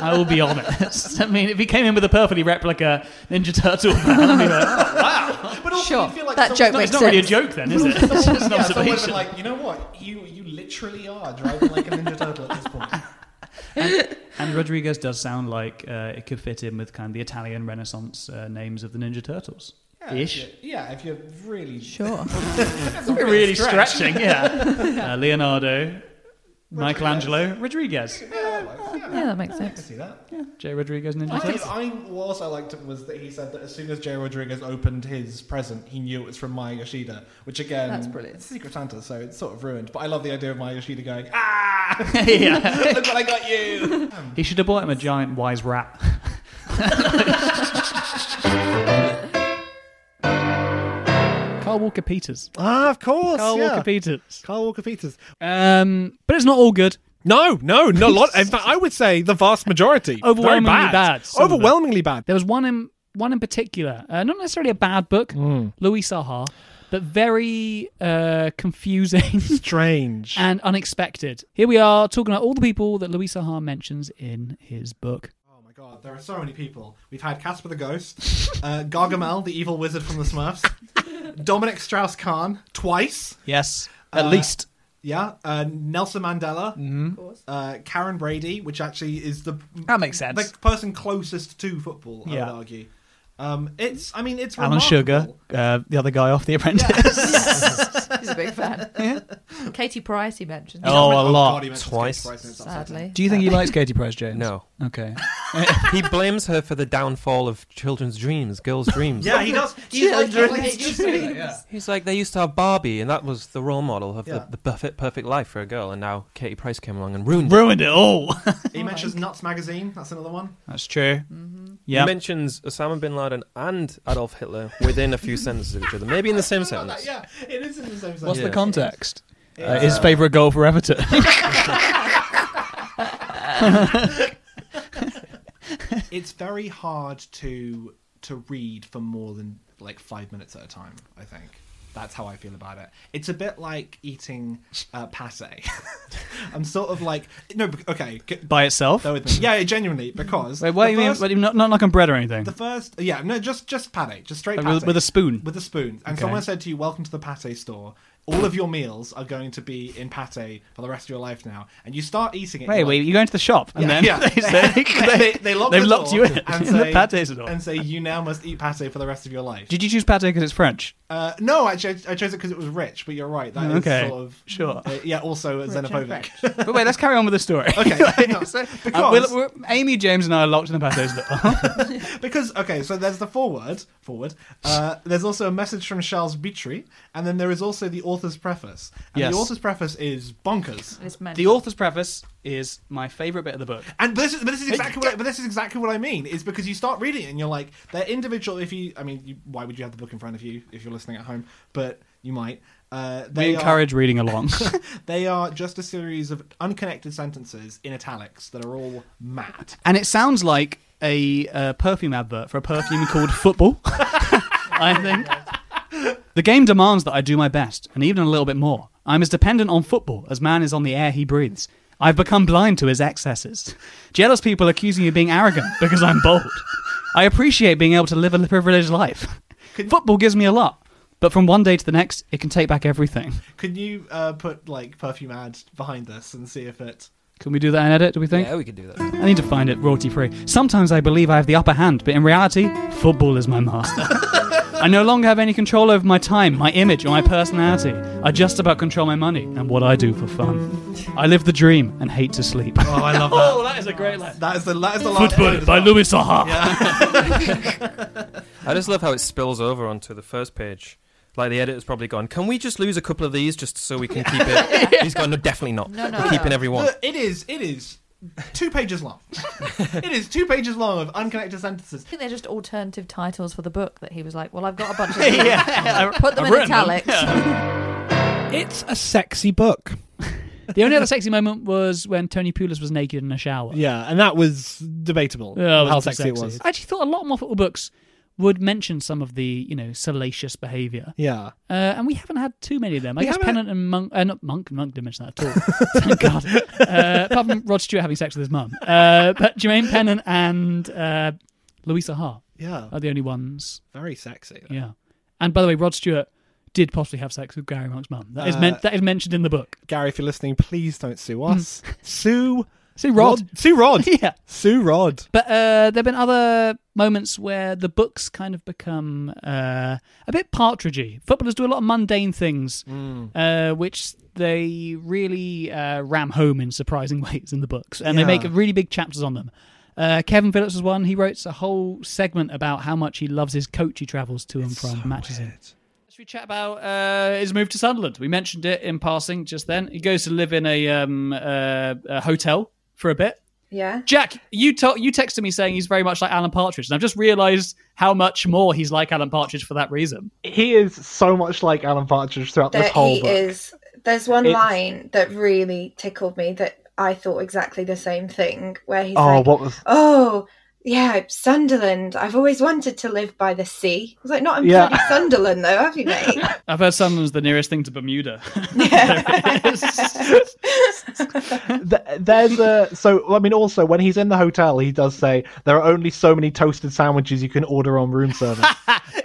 Speaker 1: I will be honest. I mean, if he came in with a perfectly replica Ninja Turtle van, I'd be like, oh, wow.
Speaker 2: But also,
Speaker 9: Sure.
Speaker 2: you feel like
Speaker 9: That joke
Speaker 2: someone-
Speaker 1: No, it's
Speaker 9: makes
Speaker 1: not
Speaker 9: sense.
Speaker 1: really a joke, then, is it? It's just an
Speaker 2: yeah, someone would be
Speaker 1: observation.
Speaker 2: like, you know what? You you literally are driving like a Ninja Turtle at this point.
Speaker 1: And Rodriguez does sound like uh, it could fit in with kind of the Italian Renaissance uh, names of the Ninja Turtles.
Speaker 2: Yeah,
Speaker 1: Ish.
Speaker 2: if you- Yeah, if you're really
Speaker 9: Sure.
Speaker 1: We're really stretching, yeah. Uh, Leonardo, Michelangelo, Rodriguez.
Speaker 9: yeah, that makes sense.
Speaker 2: see that.
Speaker 1: Jay Rodriguez Ninja
Speaker 2: I,
Speaker 1: Turtles.
Speaker 2: I what also liked it was that he said that as soon as Jay Rodriguez opened his present, he knew it was from Maya Yoshida, which again,
Speaker 9: That's brilliant.
Speaker 2: It's Secret Santa, so it's sort of ruined. But I love the idea of Maya Yoshida going, ah,
Speaker 1: yeah.
Speaker 2: look what I got you.
Speaker 1: He should have bought him a giant wise rat. Carl Walker Peters.
Speaker 2: ah, of course,
Speaker 1: Carl Walker Peters.
Speaker 2: Carl Walker Peters.
Speaker 1: Um, but it's not all good.
Speaker 2: No, no, not a lot. In fact, I would say the vast majority, Very
Speaker 1: Overwhelmingly bad, some of it.
Speaker 2: overwhelmingly bad.
Speaker 1: There was one in one in particular, uh, not necessarily a bad book, Louis Sahar, but very uh, confusing
Speaker 2: Strange.
Speaker 1: and unexpected. Here we are talking about all the people that Louis Sahar mentions in his book.
Speaker 2: Oh my god, there are so many people. We've had Casper the Ghost, uh, Gargamel, the evil wizard from the Smurfs, Dominic Strauss Kahn twice.
Speaker 1: Yes, at least
Speaker 2: Yeah, uh, Nelson Mandela,
Speaker 1: Mhm. Of
Speaker 2: course. Uh, Karen Brady, which actually is the
Speaker 1: That makes sense.
Speaker 2: the person closest to football. I
Speaker 1: Yeah.
Speaker 2: would argue. Um, it's, I mean, it's
Speaker 1: Alan Sugar, uh, the other guy off The Apprentice.
Speaker 3: He's a big fan. Katie Price, he mentioned.
Speaker 1: Oh, a lot.
Speaker 4: Twice.
Speaker 3: Sadly.
Speaker 1: Do you think he likes Katie Price Jones?
Speaker 4: No.
Speaker 1: Okay.
Speaker 4: he blames her for the downfall of children's dreams, girls' dreams.
Speaker 2: Yeah, he does. He's like,
Speaker 4: Children's He's like they used to have Barbie, and that was the role model of
Speaker 2: Yeah.
Speaker 4: the, the perfect perfect life for a girl. And now Katie Price came along and ruined
Speaker 1: Ruined it all.
Speaker 2: he mentions Nuts magazine. That's another one.
Speaker 1: That's true.
Speaker 2: Mm.
Speaker 4: He
Speaker 1: Yeah.
Speaker 4: mentions Osama bin Laden and Adolf Hitler within a few sentences of each other, maybe in the same sentence.
Speaker 2: Yeah, it is in the same.
Speaker 1: What's
Speaker 2: sentence.
Speaker 1: the context?
Speaker 2: Yeah.
Speaker 1: Uh, his favourite goal for Everton.
Speaker 2: it's very hard to to read for more than like five minutes at a time. I think that's how I feel about it. It's a bit like eating uh, passe. I'm sort of like no, bec- okay. g-
Speaker 1: By itself?
Speaker 2: Bear with me. Yeah, genuinely because
Speaker 1: Wait, what
Speaker 2: the
Speaker 1: do you mean?
Speaker 2: first-
Speaker 1: What, do you- not, not like on bread or anything?
Speaker 2: The first, yeah, no, just just pate, just straight
Speaker 1: Like
Speaker 2: pate
Speaker 1: with- with a spoon?
Speaker 2: with a spoon. And
Speaker 1: Okay.
Speaker 2: someone said to you, "Welcome to the pate store." All of your meals are going to be in pate for the rest of your life now, and you start eating it.
Speaker 1: Wait,
Speaker 2: you're
Speaker 1: wait, you go into the shop and then they say,
Speaker 2: they, they lock
Speaker 1: they've
Speaker 2: the
Speaker 1: locked
Speaker 2: door
Speaker 1: you in, in the pate store.
Speaker 2: and say you now must eat pate for the rest of your life.
Speaker 1: Did you choose pate because it's French?
Speaker 2: Uh, no, I chose, I chose it because it was rich, but you're right. That is
Speaker 1: Okay,
Speaker 2: sort of
Speaker 1: sure.
Speaker 2: uh, yeah, also
Speaker 3: and
Speaker 2: xenophobic.
Speaker 1: But wait, let's carry on with the story.
Speaker 2: okay, no, so-
Speaker 1: Uh,
Speaker 2: because
Speaker 1: we're- we're- Amy, James, and I are locked in the pate store.
Speaker 2: because okay, so there's the forward forward. Uh, there's also a message from Charles Beatry, and then there is also the author's preface. And
Speaker 1: Yes.
Speaker 2: the author's preface is bonkers.
Speaker 3: It's meant.
Speaker 1: the author's preface is my favourite bit of the book.
Speaker 2: And this is, but this is exactly what I, but this is exactly what I mean is because you start reading it and you're like they're individual. If you, I mean, you, why would you have the book in front of you if you're listening at home? But you might. Uh, they
Speaker 1: we
Speaker 2: are-
Speaker 1: encourage reading along.
Speaker 2: They are just a series of unconnected sentences in italics that are all mad.
Speaker 1: and it sounds like a uh, perfume advert for a perfume called Football. I think the game demands that I do my best, and even a little bit more. I'm as dependent on football as man is on the air he breathes. I've become blind to his excesses. Jealous people accuse me of being arrogant because I'm bold. I appreciate being able to live a privileged life. Football gives me a lot, but from one day to the next, it can take back everything.
Speaker 2: Can you uh, put like perfume ad behind this and see if it?
Speaker 1: Can we do that in edit? Do we think?
Speaker 4: Yeah, we could do that.
Speaker 1: I need to find it royalty free. Sometimes I believe I have the upper hand, but in reality, football is my master. I no longer have any control over my time, my image, or my personality. I just about control my money and what I do for fun. I live the dream and hate to sleep.
Speaker 2: Oh, I love that.
Speaker 1: oh, that is a great line.
Speaker 2: That is the that is the last
Speaker 1: Football
Speaker 2: word.
Speaker 1: by Louis Saha.
Speaker 4: I just love how it spills over onto the first page. Like the editor's probably gone. Can we just lose a couple of these just so we can keep it? He's gone. No, definitely not.
Speaker 3: No, no,
Speaker 4: We're keeping
Speaker 3: no.
Speaker 4: everyone.
Speaker 2: Look, it is. It is. Two pages long. it is two pages long of unconnected sentences.
Speaker 3: I think they're just alternative titles for the book that he was like, well, I've got a bunch of
Speaker 1: yeah,
Speaker 3: Put them
Speaker 1: I've
Speaker 3: in
Speaker 1: written them.
Speaker 3: italics.
Speaker 1: It's a sexy book. the only other sexy moment was when Tony Pulis was naked in a shower.
Speaker 2: Yeah, and that was debatable.
Speaker 1: Yeah, it was
Speaker 2: how
Speaker 1: too
Speaker 2: sexy, it was.
Speaker 1: I actually thought a lot more football books would mention some of the, you know, salacious behaviour.
Speaker 2: Yeah.
Speaker 1: Uh, and we haven't had too many of them. I
Speaker 2: We
Speaker 1: guess
Speaker 2: haven't-
Speaker 1: Pennant and Monk, uh, not Monk, Monk didn't mention that at all. Thank God. Uh, apart from Rod Stewart having sex with his mum. Uh, but Jermaine Pennant and uh, Louisa Hart
Speaker 2: Yeah.
Speaker 1: are the only ones.
Speaker 2: Very sexy.
Speaker 1: Yeah. And by the way, Rod Stewart did possibly have sex with Gary Monk's mum. That is
Speaker 2: Uh,
Speaker 1: meant. That is mentioned in the book.
Speaker 2: Gary, if you're listening, please don't sue us. sue
Speaker 1: See, Rod.
Speaker 2: Sue Rod.
Speaker 1: yeah.
Speaker 2: Sue Rod.
Speaker 1: But uh, there have been other moments where the books kind of become uh, a bit partridgey. Footballers do a lot of mundane things, uh, which they really uh, ram home in surprising ways in the books, and
Speaker 2: Yeah.
Speaker 1: they make really big chapters on them. Uh, Kevin Phillips was one. He wrote a whole segment about how much he loves his coach he travels to and from matches in. Should we chat about uh, his move to Sunderland? We mentioned it in passing just then. He goes to live in a, um, uh, a hotel for a bit.
Speaker 8: Yeah.
Speaker 1: Jack, you to- you texted me saying he's very much like Alan Partridge, and I've just realised how much more he's like Alan Partridge for that reason.
Speaker 10: He is so much like Alan Partridge throughout this
Speaker 8: That
Speaker 10: whole
Speaker 8: he
Speaker 10: book.
Speaker 8: is. There's one
Speaker 10: It's-
Speaker 8: line that really tickled me that I thought exactly the same thing, where he's
Speaker 10: oh,
Speaker 8: like,
Speaker 10: what was
Speaker 8: oh yeah, Sunderland. I've always wanted to live by the sea. I was like, not in
Speaker 11: Yeah.
Speaker 8: bloody Sunderland, though, have you, mate?
Speaker 1: I've heard Sunderland's the nearest thing to Bermuda.
Speaker 2: Th- There's a so I mean also when he's in the hotel he does say there are only so many toasted sandwiches you can order on room service.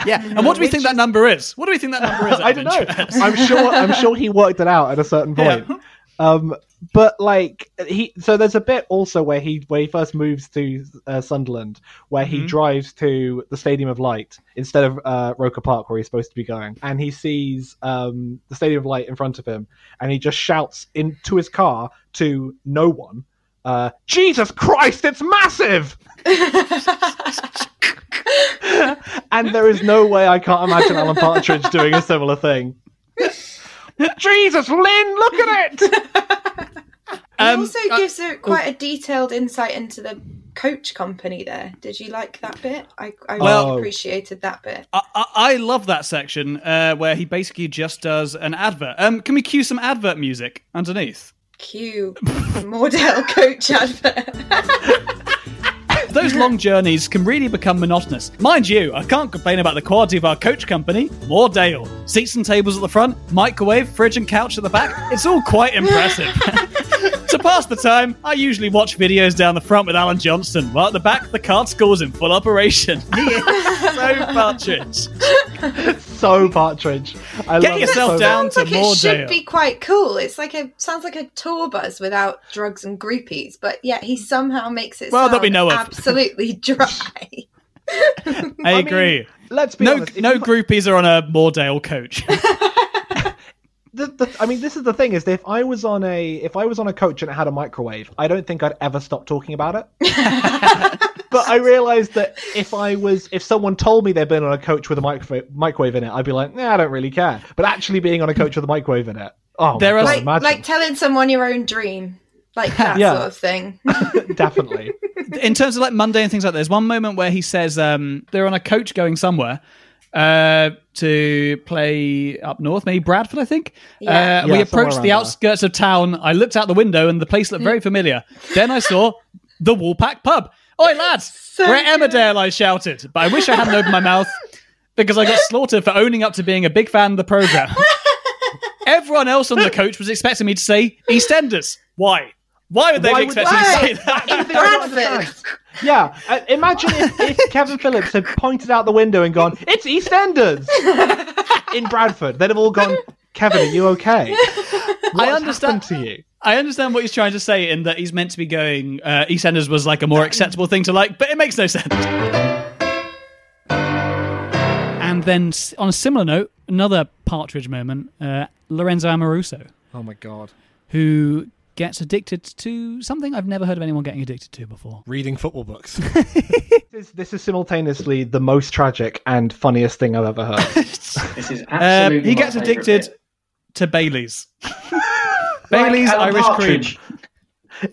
Speaker 1: yeah. And what do we think that number is? What do we think that number is?
Speaker 2: I don't know. I'm sure. I'm sure he worked it out at a certain point. Um, but like he, so there's a bit also where he where he first moves to uh, Sunderland, where he
Speaker 12: Mhm.
Speaker 2: drives to the Stadium of Light instead of uh, Roker Park where he's supposed to be going, and he sees um, the Stadium of Light in front of him, and he just shouts into his car to no one. Uh, Jesus Christ, it's massive! and there is no way I can't imagine Alan Partridge doing a similar thing. Jesus, Lynn, look at it!
Speaker 8: It
Speaker 2: Um,
Speaker 8: also gives a, quite a detailed insight into the coach company there. Did you like that bit? I, I
Speaker 1: Well-
Speaker 8: really appreciated that bit.
Speaker 1: I, I, I love that section uh, where he basically just does an advert. Um, can we cue some advert music underneath?
Speaker 8: Cue Mordell coach advert.
Speaker 1: Those long journeys can really become monotonous. Mind you, I can't complain about the quality of our coach company, Moordale. Seats and tables at the front, microwave, fridge and couch at the back. It's all quite impressive. to pass the time, I usually watch videos down the front with Alan Johnston, while at the back, the card school's in full operation. so partridge.
Speaker 2: so partridge. I
Speaker 1: Get
Speaker 2: love it
Speaker 1: yourself
Speaker 2: so
Speaker 1: down
Speaker 2: much.
Speaker 1: to
Speaker 8: Like it should be quite cool. It's like a sounds like a tour bus without drugs and groupies, but yet he somehow makes it
Speaker 1: Well, that
Speaker 8: sound
Speaker 1: we know of.
Speaker 8: absolutely dry.
Speaker 1: I, agree.
Speaker 2: let's
Speaker 1: be no, no groupies are on a Moordale coach.
Speaker 2: the, the, I mean, this is the thing: is that if I was on a if I was on a coach and it had a microwave, I don't think I'd ever stop talking about it. but I realized that if I was if someone told me they'd been on a coach with a microwave microwave in it, I'd be like, nah, I don't really care. But actually, being on a coach with a microwave in it, oh,
Speaker 1: There
Speaker 2: there
Speaker 1: are-
Speaker 2: are
Speaker 8: like, like telling someone your own dream, like that
Speaker 1: Yeah.
Speaker 8: sort of thing.
Speaker 2: definitely.
Speaker 1: in terms of like Monday and things like that, there's one moment where he says um, they're on a coach going somewhere uh, to play up north, maybe Bradford, I think.
Speaker 11: Yeah.
Speaker 1: Uh,
Speaker 11: Yeah,
Speaker 1: we
Speaker 11: somewhere
Speaker 1: approached the
Speaker 11: around
Speaker 1: outskirts of town. I looked out the window and the place looked very familiar. then I saw the Woolpack pub. Oi, lads, we're at Emmerdale, I shouted. But I wish I hadn't opened my mouth because I got slaughtered for owning up to being a big fan of the programme. Everyone else on the coach was expecting me to say EastEnders. Why? Why would they
Speaker 2: Why
Speaker 1: be
Speaker 2: would-
Speaker 1: expecting me to say
Speaker 2: Why?
Speaker 1: that?
Speaker 2: yeah, I- imagine if, if Kevin Phillips had pointed out the window and gone, "It's EastEnders in Bradford." They'd have all gone, "Kevin, are you okay? What
Speaker 1: I
Speaker 2: has
Speaker 1: understand-
Speaker 2: happened to you."
Speaker 1: I understand what he's trying to say in that he's meant to be going uh, EastEnders was like a more acceptable thing to like, but it makes no sense. And then, s- on a similar note, another Partridge moment: uh, Lorenzo Amoruso,
Speaker 12: Oh my god.
Speaker 1: who gets addicted to something I've never heard of anyone getting addicted to before.
Speaker 12: Reading football books.
Speaker 2: This, this is simultaneously the most tragic and funniest thing I've ever heard.
Speaker 13: This is
Speaker 1: Um,
Speaker 13: absolutely.
Speaker 1: he gets addicted to Bailey's. Bailey's
Speaker 2: Alan
Speaker 1: Irish
Speaker 2: Partridge.
Speaker 1: cream.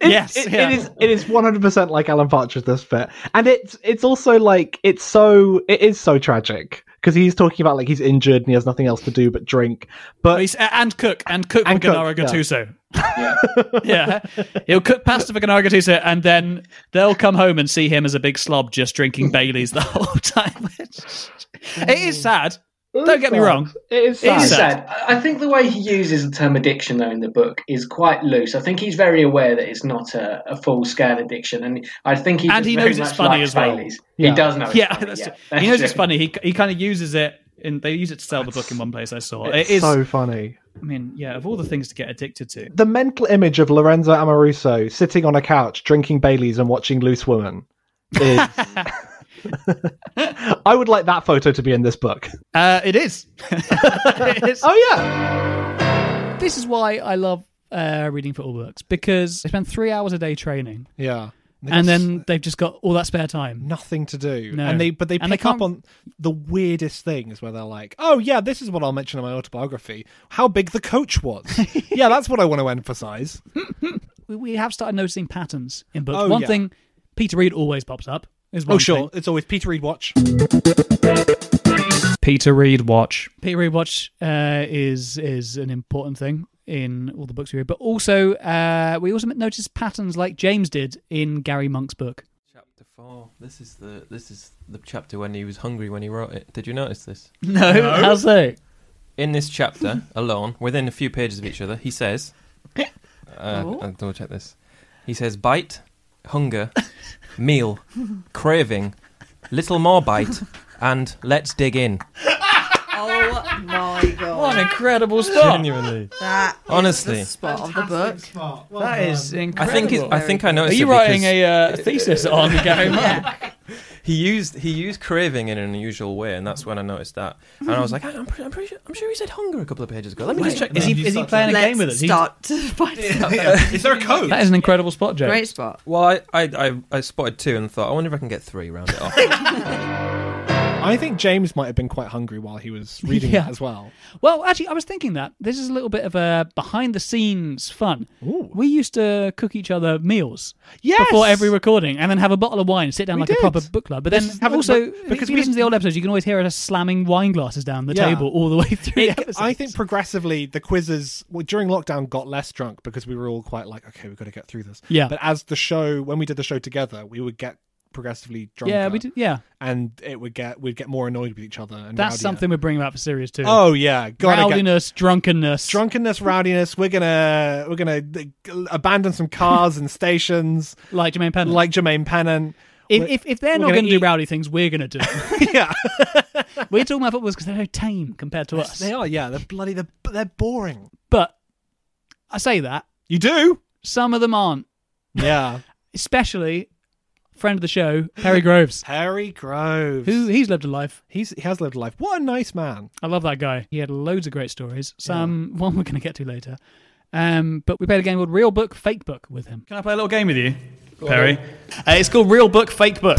Speaker 1: yes,
Speaker 2: it,
Speaker 1: yeah.
Speaker 2: it is. It is one hundred percent like Alan Partridge this bit, and it's it's also like it's so it is so tragic because he's talking about like he's injured and he has nothing else to do but drink. But
Speaker 1: He's- a- and cook and cook
Speaker 2: And
Speaker 1: for Gennaro
Speaker 2: cook, yeah.
Speaker 1: Gattuso. Yeah. he'll cook pasta for Gennaro Gattuso, and then they'll come home and see him as a big slob just drinking Bailey's the whole time. it is sad. Don't get me
Speaker 5: sad.
Speaker 1: wrong.
Speaker 2: It is
Speaker 5: It is sad. I I think the way he uses the term addiction, though, in the book is quite loose. I think he's very aware that it's not a, a full scale addiction, and I think he
Speaker 1: and
Speaker 5: just
Speaker 1: he
Speaker 5: very
Speaker 1: knows it's
Speaker 5: much
Speaker 1: funny
Speaker 5: likes
Speaker 1: as well.
Speaker 5: Baileys. He does know. It's
Speaker 1: Yeah,
Speaker 5: funny,
Speaker 1: that's
Speaker 5: yeah.
Speaker 1: true. he knows it's funny. He he kind of uses it. In, they use it to sell the book in one place. I saw
Speaker 2: it's
Speaker 1: it is.
Speaker 2: so funny.
Speaker 1: I mean, yeah, of all the things to get addicted to,
Speaker 2: The mental image of Lorenzo Amoruso sitting on a couch drinking Bailey's and watching Loose Woman is. I would like that photo to be in this book.
Speaker 1: Uh, it is.
Speaker 2: oh yeah.
Speaker 1: This is why I love uh, reading football books because they spend three hours a day training.
Speaker 12: Yeah. They've
Speaker 1: and
Speaker 12: got
Speaker 1: then they've just got all that spare time.
Speaker 12: Nothing to do.
Speaker 1: No.
Speaker 12: And they but they
Speaker 1: And they
Speaker 12: pick up
Speaker 1: can't-
Speaker 12: on the weirdest things where they're like, Oh yeah, this is what I'll mention in my autobiography. How big the coach was. yeah, that's what I want to emphasize.
Speaker 1: We, we have started noticing patterns in books.
Speaker 12: Oh,
Speaker 1: One
Speaker 12: yeah.
Speaker 1: thing, Peter Reed always pops up. Is one
Speaker 12: Oh sure.
Speaker 1: thing.
Speaker 12: It's always Peter Reed watch.
Speaker 1: Peter Reed watch. Peter Reed watch uh, is is an important thing in all the books we read, but also uh, we also notice patterns like James did in Gary Monk's book.
Speaker 4: Oh, this is the this is the chapter when he was hungry when he wrote it. Did you notice this?
Speaker 1: No, No. how so?
Speaker 4: In this chapter alone, within a few pages of each other, he says, uh,
Speaker 14: Oh.
Speaker 4: I'll double check this. He says, bite, hunger, meal, craving, little more bite, and let's dig in.
Speaker 14: Oh my god!
Speaker 1: What an incredible spot!
Speaker 4: Genuinely.
Speaker 14: That is
Speaker 4: Honestly.
Speaker 14: the spot of the book.
Speaker 1: that is
Speaker 4: I
Speaker 1: incredible.
Speaker 4: think it's, I think I noticed.
Speaker 1: Are you
Speaker 4: it
Speaker 1: writing
Speaker 4: because-
Speaker 1: a uh, thesis on Gary Monk?
Speaker 4: He used he used craving in an unusual way, and that's when I noticed that. And I was like, I'm, pre- I'm, pretty sure, I'm sure he said hunger a couple of pages ago. Let me just check.
Speaker 1: Is
Speaker 4: that.
Speaker 1: he- is he playing a game with us? He's-
Speaker 14: Start to bite.
Speaker 2: Is there a code?
Speaker 1: That is an incredible spot, Jake.
Speaker 14: Great spot.
Speaker 4: Well, I, I, I, I spotted two and thought, I wonder if I can get three round it off.
Speaker 2: I think James might have been quite hungry while he was reading
Speaker 1: Yeah.
Speaker 2: that as well.
Speaker 1: Well, actually, I was thinking that this is a little bit of a behind-the-scenes fun. We used to cook each other meals
Speaker 2: Yes!
Speaker 1: before every recording, and then have a bottle of wine, sit down
Speaker 2: We
Speaker 1: like
Speaker 2: did.
Speaker 1: a proper book club. But then
Speaker 2: This is-
Speaker 1: also,
Speaker 2: but- because
Speaker 1: because we
Speaker 2: we-
Speaker 1: listen to the old episodes, you can always hear us slamming wine glasses down the
Speaker 2: Yeah.
Speaker 1: table all the way through. the episode.
Speaker 2: I think progressively the quizzes well, during lockdown got less drunk because we were all quite like, okay, we've got to get through this.
Speaker 1: Yeah.
Speaker 2: But as the show, when we did the show together, we would get progressively drunk.
Speaker 1: Yeah, we did- yeah.
Speaker 2: And it would get we'd get more annoyed with each other. And
Speaker 1: That's
Speaker 2: rowdier.
Speaker 1: something we're bringing up for series two.
Speaker 2: Oh yeah, gotta get-
Speaker 1: rowdiness, drunkenness.
Speaker 2: drunkenness, rowdiness. We're gonna we're gonna uh, abandon some cars and stations
Speaker 1: like Jermaine Pennant.
Speaker 2: Like Jermaine Pennant.
Speaker 1: If,
Speaker 2: We're-
Speaker 1: if, if they're
Speaker 2: we're
Speaker 1: not going to do
Speaker 2: eat-
Speaker 1: rowdy things, we're going to do. yeah, we're talking about footballers because they're so tame compared to us.
Speaker 2: they are yeah, they're bloody they're, they're boring.
Speaker 1: But I say that
Speaker 2: you do.
Speaker 1: Some of them aren't,
Speaker 2: Yeah,
Speaker 1: especially friend of the show Harry Groves.
Speaker 2: Harry Groves,
Speaker 1: who he's lived a life.
Speaker 2: He's he has lived a life. What a nice man.
Speaker 1: I love that guy. He had loads of great stories. Some one we're going to get to later. Um, but we played a game called Real Book Fake Book with him.
Speaker 15: Can I play a little game with you,
Speaker 1: Go
Speaker 15: Perry?
Speaker 1: on.
Speaker 15: Uh, it's called Real Book, Fake Book.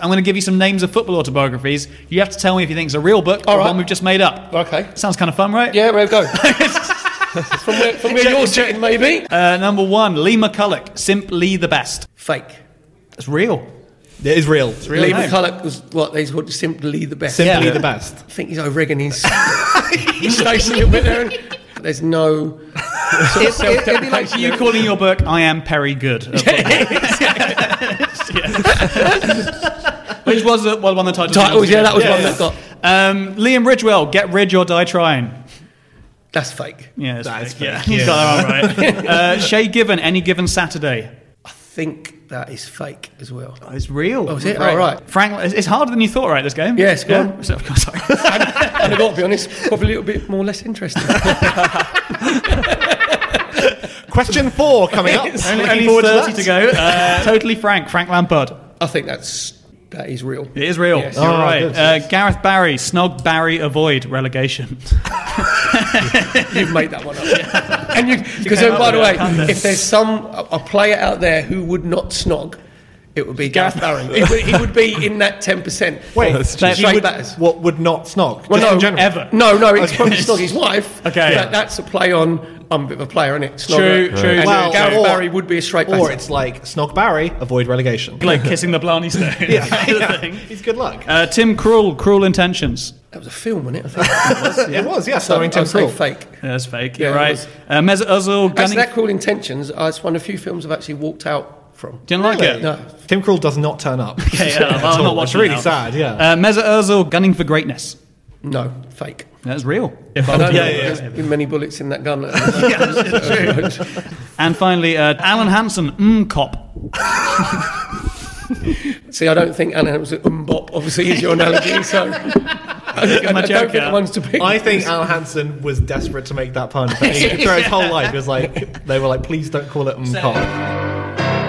Speaker 15: I'm going to give you some names of football autobiographies. You have to tell me if you think it's a real book or one we've just made up. Okay. Sounds kind of fun, right? Yeah, there we go. from where, from where you're sitting, maybe. Uh, number one, Lee McCulloch, simply the best. Fake. It's real.
Speaker 5: It is real.
Speaker 15: It's
Speaker 5: Lee
Speaker 15: real. name.
Speaker 5: McCulloch was what they called simply the best.
Speaker 15: Simply Yeah. the
Speaker 5: best. I think he's over and he's he's chasing a little bit there. and There's no. Sort of
Speaker 15: It, it, it'd be like
Speaker 5: self-deprecation
Speaker 15: you
Speaker 5: there.
Speaker 15: calling your book "I am Perry Good," of which was uh, well, one of the titles.
Speaker 5: Titles, oh, yeah, that was one that got-
Speaker 15: Um, Liam Ridgewell, "Get Ridge or Die Trying."
Speaker 5: That's fake.
Speaker 15: Yeah, that's
Speaker 5: That's
Speaker 15: fake. Yeah,
Speaker 5: fake,
Speaker 15: you got
Speaker 5: yeah.
Speaker 15: that one right. uh, Shay Given, any given Saturday.
Speaker 5: I think that is fake as well.
Speaker 15: it's real.
Speaker 5: Oh, is it? All right.
Speaker 15: Frank. it's- It's harder than you thought, right? This game.
Speaker 5: Yes, go
Speaker 15: Yeah?
Speaker 5: on.
Speaker 15: So, of course, sorry.
Speaker 5: and I've got to be honest, probably a little bit more less interesting.
Speaker 2: Question four coming up.
Speaker 15: only
Speaker 5: Looking
Speaker 15: only
Speaker 5: forward to
Speaker 15: 30 to,
Speaker 5: that.
Speaker 15: go. Uh, totally Frank. Frank Lampard.
Speaker 5: I think that's that is real.
Speaker 15: It is real.
Speaker 5: Yes.
Speaker 15: You're
Speaker 5: Oh,
Speaker 15: right.
Speaker 5: good.
Speaker 15: Uh, Gareth Barry, snog Barry, avoid relegation.
Speaker 5: You've made that one up. And you, because
Speaker 15: came
Speaker 5: oh,
Speaker 15: up
Speaker 5: by
Speaker 15: with
Speaker 5: the
Speaker 15: it,
Speaker 5: way,
Speaker 15: can't there?
Speaker 5: if there's some a a player out there who would not snog, it would be Gareth Barry. he, would, he would be in that ten percent.
Speaker 2: Wait,
Speaker 5: straight batters.
Speaker 2: What would not snog?
Speaker 5: Well,
Speaker 2: Just in
Speaker 5: no,
Speaker 2: general.
Speaker 5: No, no, it's
Speaker 2: Okay.
Speaker 5: probably snog his wife.
Speaker 2: Okay.
Speaker 5: but that's a play on. I'm a bit of a player, isn't it?
Speaker 2: True, true.
Speaker 5: And
Speaker 2: Well,
Speaker 5: Gareth
Speaker 2: or-
Speaker 5: Barry would be a straight batter.
Speaker 2: Or it's like snog Barry, avoid relegation.
Speaker 15: like kissing the Blarney Stone. yeah.
Speaker 2: He's good luck.
Speaker 15: Uh, Tim Krul, Cruel Intentions.
Speaker 5: That was a film, wasn't it? I think
Speaker 2: It was, yeah,
Speaker 5: So
Speaker 2: starring Tim
Speaker 5: I'd say
Speaker 2: Krul.
Speaker 5: fake.
Speaker 15: Yeah, That's fake.
Speaker 5: Yeah,
Speaker 15: You're
Speaker 5: it
Speaker 15: right.
Speaker 5: was.
Speaker 15: Uh, Mesut Ozil,
Speaker 5: Actually,
Speaker 15: gunning.
Speaker 5: that Cruel Intentions, uh, it's one of the few films I've actually walked out from.
Speaker 15: Didn't like it.
Speaker 5: No.
Speaker 2: Tim Krul does not turn up.
Speaker 15: Okay, yeah,
Speaker 2: At
Speaker 15: well, I'm
Speaker 2: all.
Speaker 15: not
Speaker 2: It's
Speaker 15: watching it
Speaker 2: really
Speaker 15: now.
Speaker 2: sad, yeah.
Speaker 15: Uh, Mesut Ozil, gunning for greatness.
Speaker 5: No, fake.
Speaker 15: That's real.
Speaker 5: I don't know. There's been many bullets in that gun.
Speaker 15: And finally, uh, Alan Hansen, mm cop.
Speaker 5: See, I don't think Alan Hamilton- um bop obviously, is your analogy. So I, think- I don't think the one's to pick.
Speaker 2: I think Al Hansen was desperate to make that pun. Throughout his whole life, he was like, they were like, please don't call it Mkop.